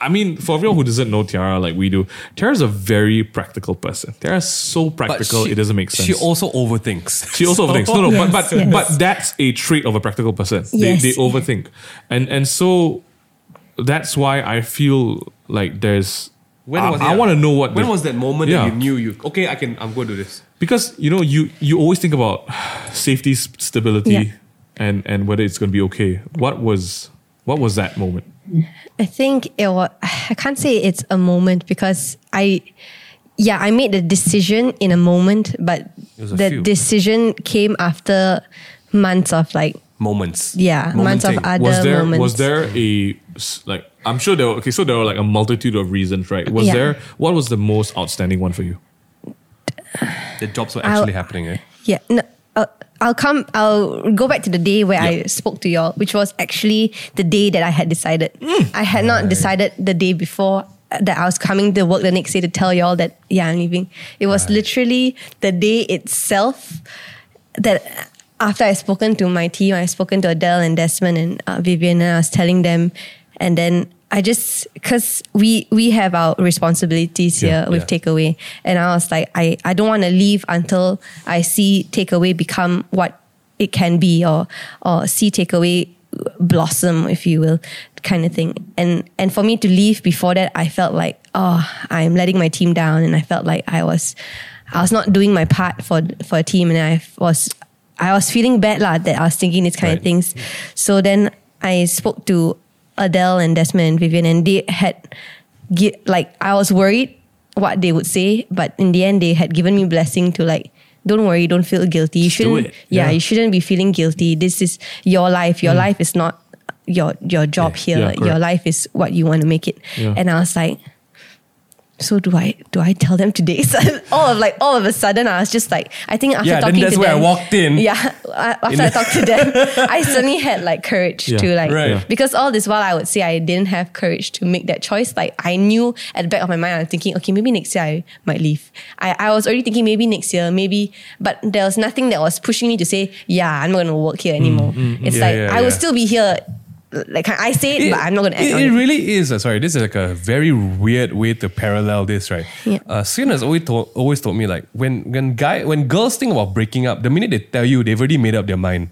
Speaker 1: I mean, for everyone who doesn't know Tiara like we do, Tiara's a very practical person. Tiara's so
Speaker 2: but
Speaker 1: practical,
Speaker 2: she-
Speaker 1: it doesn't make sense.
Speaker 2: She also overthinks.
Speaker 1: She also overthinks. No, no, but but,
Speaker 4: Yes.
Speaker 1: but that's a trait of a practical person.
Speaker 4: Yes.
Speaker 1: They, they overthink, and and so that's why I feel like there's. I,
Speaker 2: it?
Speaker 1: want to know what.
Speaker 2: When
Speaker 1: the-
Speaker 2: was that moment
Speaker 1: Yeah.
Speaker 2: that you knew you? Okay, I can. I'm going to do this.
Speaker 1: Because you know you you always think about safety, s- stability,
Speaker 4: Yeah.
Speaker 1: and and whether it's going to be okay. What was what was that moment?
Speaker 4: I think it was, I can't say it's a moment because I, yeah, I made the decision in a moment, but
Speaker 2: was a
Speaker 4: the
Speaker 2: few.
Speaker 4: decision came after months of like,
Speaker 2: Moments.
Speaker 4: yeah, months of
Speaker 2: Momenting.
Speaker 4: other
Speaker 1: was there
Speaker 4: moments.
Speaker 1: was there a s- like I'm sure there were, okay so there were like a multitude of reasons right was
Speaker 4: Yeah.
Speaker 1: there what was the most outstanding one for you
Speaker 2: The jobs were actually
Speaker 4: I'll-
Speaker 2: happening. Eh?
Speaker 4: Yeah, no, uh, I'll come. I'll go back to the day where I spoke to y'all, which was actually the day that I had decided. I had not decided the day before that I was coming to work the next day to tell y'all that yeah I'm leaving. It was literally the day itself that after I spoken to my team, I spoken to Adele and Desmond and uh, Vivian, and I was telling them, and then I just because we we have our
Speaker 1: Yeah,
Speaker 4: responsibilities here
Speaker 2: yeah.
Speaker 4: with takeaway, and I was like, I I don't want to leave until I see takeaway become what it can be, or or see takeaway blossom, if you will, kind of thing. And and for me to leave before that, I felt like oh, I'm letting my team down, and I felt like I was. I was not doing my part for for a team, and I was I was feeling bad lah that I was thinking these
Speaker 2: Right.
Speaker 4: kind of things. So then I spoke to Adele and Desmond and Vivian, and they had gi- like I was worried what they would say, but in the end they had given me blessing to like. Don't worry, don't feel guilty. You
Speaker 1: Just do
Speaker 4: shouldn't
Speaker 1: it.
Speaker 4: yeah,
Speaker 1: Yeah. Mm.
Speaker 4: you shouldn't be feeling guilty. This is your life. Your life is not your your job here.
Speaker 1: Yeah, correct.
Speaker 4: your life is what you want to make it.
Speaker 1: Yeah.
Speaker 4: And I was like, so do I do I tell them today? So all of like all of a sudden I was just like I think after
Speaker 2: Yeah, then
Speaker 4: talking
Speaker 2: that's
Speaker 4: to
Speaker 2: where I
Speaker 4: them-
Speaker 2: walked in.
Speaker 4: Yeah. I- After I talked to them, I suddenly had like courage
Speaker 1: Yeah,
Speaker 4: to like
Speaker 2: right. Yeah.
Speaker 4: because all this while I would say I didn't have courage to make that choice. Like I knew at the back of my mind I'm thinking, okay, maybe next year I might leave. I, I was already thinking maybe next year, maybe but there was nothing that was pushing me to say, Yeah, I'm not gonna work here anymore. it's
Speaker 2: Mm, yeah,
Speaker 4: like
Speaker 2: yeah,
Speaker 4: I will
Speaker 2: yeah.
Speaker 4: still be here like I say it, but I'm not gonna act
Speaker 2: it,
Speaker 4: on
Speaker 2: it
Speaker 4: it.
Speaker 2: really is. uh, Sorry, this is like a very weird way to parallel this, right?
Speaker 4: Yeah.
Speaker 2: Uh, Sin has always told, always told me like when when guy when girls think about breaking up, the minute they tell you, they've already made up their mind.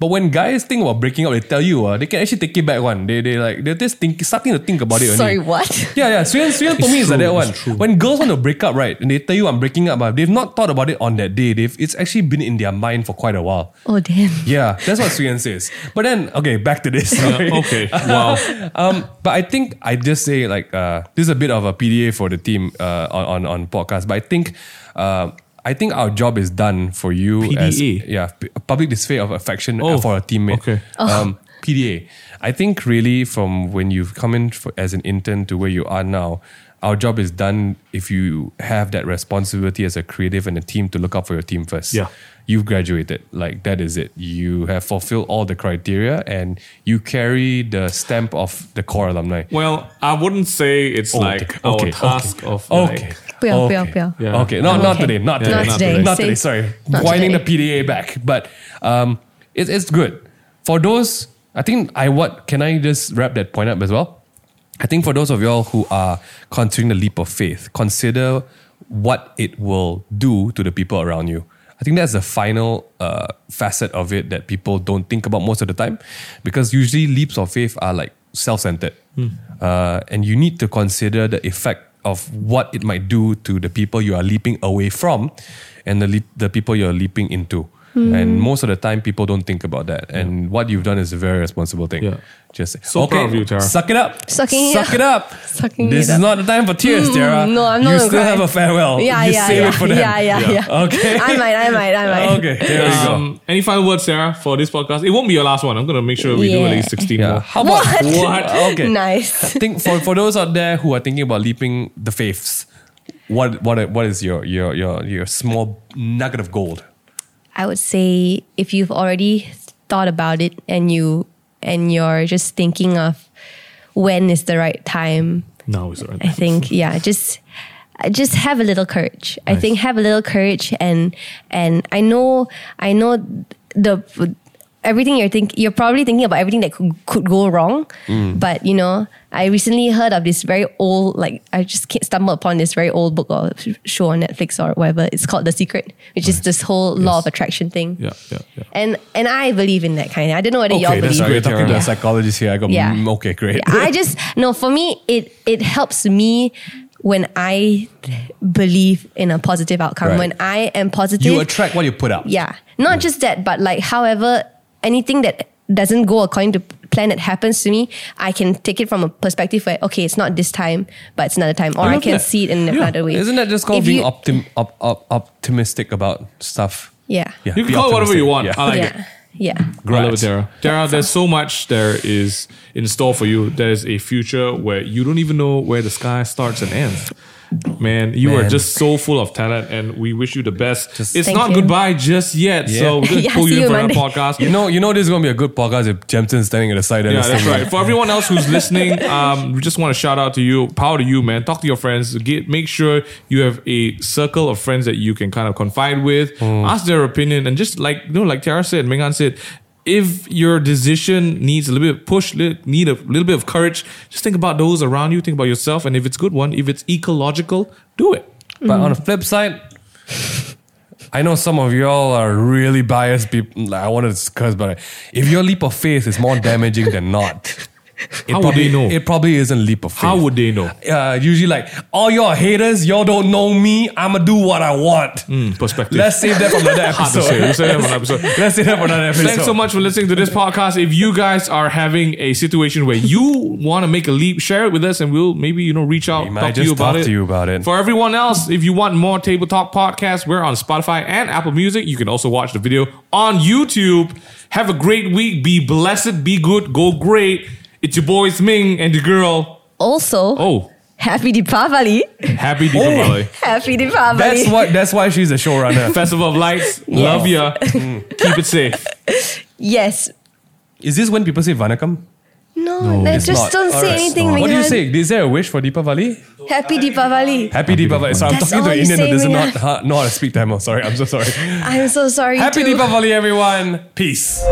Speaker 2: But when guys think about breaking up, they tell you, uh, they can actually take it back one. They they like they're just think, starting to think about it. only.
Speaker 4: Sorry, what?
Speaker 2: Yeah, yeah. Suyan, Suyan for me is like
Speaker 1: true,
Speaker 2: that one.
Speaker 1: it's true.
Speaker 2: When girls want to break up, right, and they tell you I'm breaking up, uh, they've not thought about it on that day. They've it's actually been in their mind for quite a while.
Speaker 4: Oh damn.
Speaker 2: Yeah, that's what Suyan says. But then, okay, back to this. sorry.
Speaker 1: okay. Wow.
Speaker 2: um, but I think I just say like uh, this is a bit of a PDA for the team uh, on, on on podcast. But I think uh, I think our job is done for you. As,
Speaker 1: PDA?
Speaker 2: yeah, p- public display of affection
Speaker 1: Oh,
Speaker 2: uh, for a teammate.
Speaker 1: okay.
Speaker 2: Um, PDA. I think really from when you've come in for, as an intern to where you are now. Our job is done if you have that responsibility as a creative and a team to look out for your team first
Speaker 1: Yeah.
Speaker 2: you've graduated. Like that is it. You have fulfilled all the criteria and you carry the stamp of the core alumni.
Speaker 1: Well, I wouldn't say it's like our task of like,
Speaker 2: okay.
Speaker 4: Puya, puya,
Speaker 2: okay.
Speaker 4: puya.
Speaker 1: Yeah.
Speaker 2: Okay, no, not
Speaker 4: Okay.
Speaker 2: today, not
Speaker 1: Yeah,
Speaker 2: today,
Speaker 1: not today.
Speaker 2: Not today,
Speaker 4: Say-
Speaker 2: Sorry,
Speaker 4: not
Speaker 2: winding
Speaker 4: today.
Speaker 2: the PDA back, but um, it, it's good for those. I think I what can I just wrap that point up as well. I think for those of y'all who are considering the leap of faith, consider what it will do to the people around you. I think that's the final uh, facet of it that people don't think about most of the time, because usually leaps of faith are like self-centered, uh, and you need to consider the effect of what it might do to the people you are leaping away from and the, leap, the people you're leaping into.
Speaker 4: Hmm.
Speaker 2: And most of the time, people don't think about that. And what you've done is a very responsible thing.
Speaker 1: Yeah.
Speaker 2: Just
Speaker 1: So
Speaker 2: okay,
Speaker 1: proud of you, Tara.
Speaker 2: Suck it up.
Speaker 4: Sucking it
Speaker 2: Suck
Speaker 4: up.
Speaker 2: it up.
Speaker 4: Sucking
Speaker 2: this is
Speaker 4: it up.
Speaker 2: not the time for tears, Tara.
Speaker 4: Mm, no, I'm not
Speaker 2: You
Speaker 4: gonna
Speaker 2: still
Speaker 4: cry.
Speaker 2: have a farewell.
Speaker 4: Yeah,
Speaker 2: you
Speaker 4: yeah,
Speaker 2: save
Speaker 4: yeah,
Speaker 2: it for them.
Speaker 4: yeah, yeah, yeah,
Speaker 2: Okay.
Speaker 4: I might, I might, I might.
Speaker 2: Okay. There you go.
Speaker 1: Um, any final words, Sarah, for this podcast? It won't be your last one. I'm gonna make sure we do at
Speaker 4: Yeah.
Speaker 1: least 16
Speaker 2: Yeah.
Speaker 1: more.
Speaker 2: How about
Speaker 4: What?
Speaker 2: Okay.
Speaker 4: Nice.
Speaker 2: I think for, for those out there who are thinking about leaping the faiths, what what what is your your your your small nugget of gold?
Speaker 4: I would say if you've already thought about it and you and you're just thinking of when is the right time,
Speaker 1: No, it's all
Speaker 4: I
Speaker 1: right.
Speaker 4: think yeah, just just have a little courage. I think have a little courage and and I know I know the everything you're think you're probably thinking about everything that could, could go wrong, but you know I recently heard of this very old like I just ca- stumbled upon this very old book or sh- show on Netflix or whatever. It's called The Secret, which is this whole law of attraction thing.
Speaker 1: Yeah, yeah, yeah.
Speaker 4: And and I believe in that kind. I don't know whether y'all
Speaker 2: Okay, that's
Speaker 4: believe.
Speaker 2: right. We're
Speaker 1: Great,
Speaker 2: talking to
Speaker 1: Tara.
Speaker 2: a psychologist here. I got
Speaker 4: Yeah.
Speaker 2: mm, okay, great.
Speaker 4: Yeah, I just no. For me, it it helps me when I believe in a positive outcome.
Speaker 2: Right.
Speaker 4: When I am positive,
Speaker 2: you attract what you put out.
Speaker 4: yeah. Not just that, but like however anything that doesn't go according to plan that happens to me, I can take it from a perspective where okay, it's not this time, but it's another time, or I,
Speaker 2: love
Speaker 4: can
Speaker 2: that.
Speaker 4: see it in another way.
Speaker 2: Isn't that just called
Speaker 4: If
Speaker 2: being
Speaker 4: you-
Speaker 2: optim- op- op- optimistic about stuff?
Speaker 4: Yeah.
Speaker 1: You can
Speaker 2: be
Speaker 1: call it whatever
Speaker 2: optimistic.
Speaker 1: you want.
Speaker 2: Yeah.
Speaker 1: I like it.
Speaker 4: yeah, yeah.
Speaker 1: I love it,
Speaker 2: Right.
Speaker 1: Tara. Tara, there's so much there is in store for you. There is a future where you don't even know where the sky starts and ends. Man, you are
Speaker 2: Man.
Speaker 1: just so full of talent, and we wish you the best. it's
Speaker 4: Thank
Speaker 1: not
Speaker 4: you.
Speaker 1: goodbye just yet.
Speaker 2: Yeah.
Speaker 1: So we're gonna
Speaker 4: Yeah,
Speaker 1: pull
Speaker 4: see
Speaker 1: you in
Speaker 4: you
Speaker 1: for another
Speaker 4: Monday.
Speaker 1: podcast.
Speaker 2: You know, you know, this is gonna be a good podcast if Jemson's standing at the side. and
Speaker 1: Yeah,
Speaker 2: listening.
Speaker 1: that's right. For everyone else who's listening, um, we just want to shout out to you. Power to you, man. Talk to your friends. Get make sure you have a circle of friends that you can kind of confide with. Ask their opinion, and just like you know, like Tara said, Minghan said. If your decision needs a little bit of push, li- need a little bit of courage, just think about those around you, think about yourself, and if it's a good one, if it's ecological, do it.
Speaker 2: But on the flip side, I know some of y'all are really biased people. Like, I want to curse, but if your leap of faith is more damaging than not, it
Speaker 1: How would
Speaker 2: probably
Speaker 1: they know?
Speaker 2: it probably isn't leap of faith.
Speaker 1: How would they know?
Speaker 2: uh, usually like all y'all haters, y'all don't know me. I'ma do what I want.
Speaker 1: Perspective.
Speaker 2: Let's save that for another
Speaker 1: So,
Speaker 2: episode.
Speaker 1: we'll say that for another episode.
Speaker 2: Let's save that for another episode.
Speaker 1: Thanks so much for listening to this podcast. If you guys are having a situation where you want to make a leap, share it with us, and we'll maybe you know reach out,
Speaker 2: We might
Speaker 1: talk to
Speaker 2: just
Speaker 1: you about
Speaker 2: talk
Speaker 1: it.
Speaker 2: to you about it.
Speaker 1: For everyone else, if you want more Table Talk podcasts, we're on Spotify and Apple Music. You can also watch the video on YouTube. Have a great week. Be blessed. Be good. Go great. It's your boys Ming and the girl.
Speaker 4: Also,
Speaker 1: Oh,
Speaker 4: happy Deepavali.
Speaker 1: happy Deepavali.
Speaker 2: Oh.
Speaker 4: Happy Deepavali.
Speaker 2: That's what. That's why she's a showrunner.
Speaker 1: Festival of Lights. Love ya.
Speaker 2: Mm.
Speaker 1: Keep it safe.
Speaker 4: Yes.
Speaker 2: Is this when people say Vanakam?
Speaker 4: No, let's just
Speaker 2: Not-
Speaker 4: don't
Speaker 2: all
Speaker 4: say
Speaker 2: right.
Speaker 4: anything.
Speaker 2: What do you
Speaker 4: Meghan.
Speaker 2: say? Is there a wish for Deepavali?
Speaker 4: Happy Deepavali.
Speaker 2: Happy Deepavali. So I'm
Speaker 4: That's
Speaker 2: talking to
Speaker 4: all
Speaker 2: an
Speaker 4: you
Speaker 2: Indian who
Speaker 4: say,
Speaker 2: doesn't
Speaker 4: Mia.
Speaker 2: not, huh, know how to speak Tamil. Sorry, I'm so sorry.
Speaker 4: I'm so sorry.
Speaker 2: Happy
Speaker 4: too.
Speaker 2: Deepavali, everyone. Peace.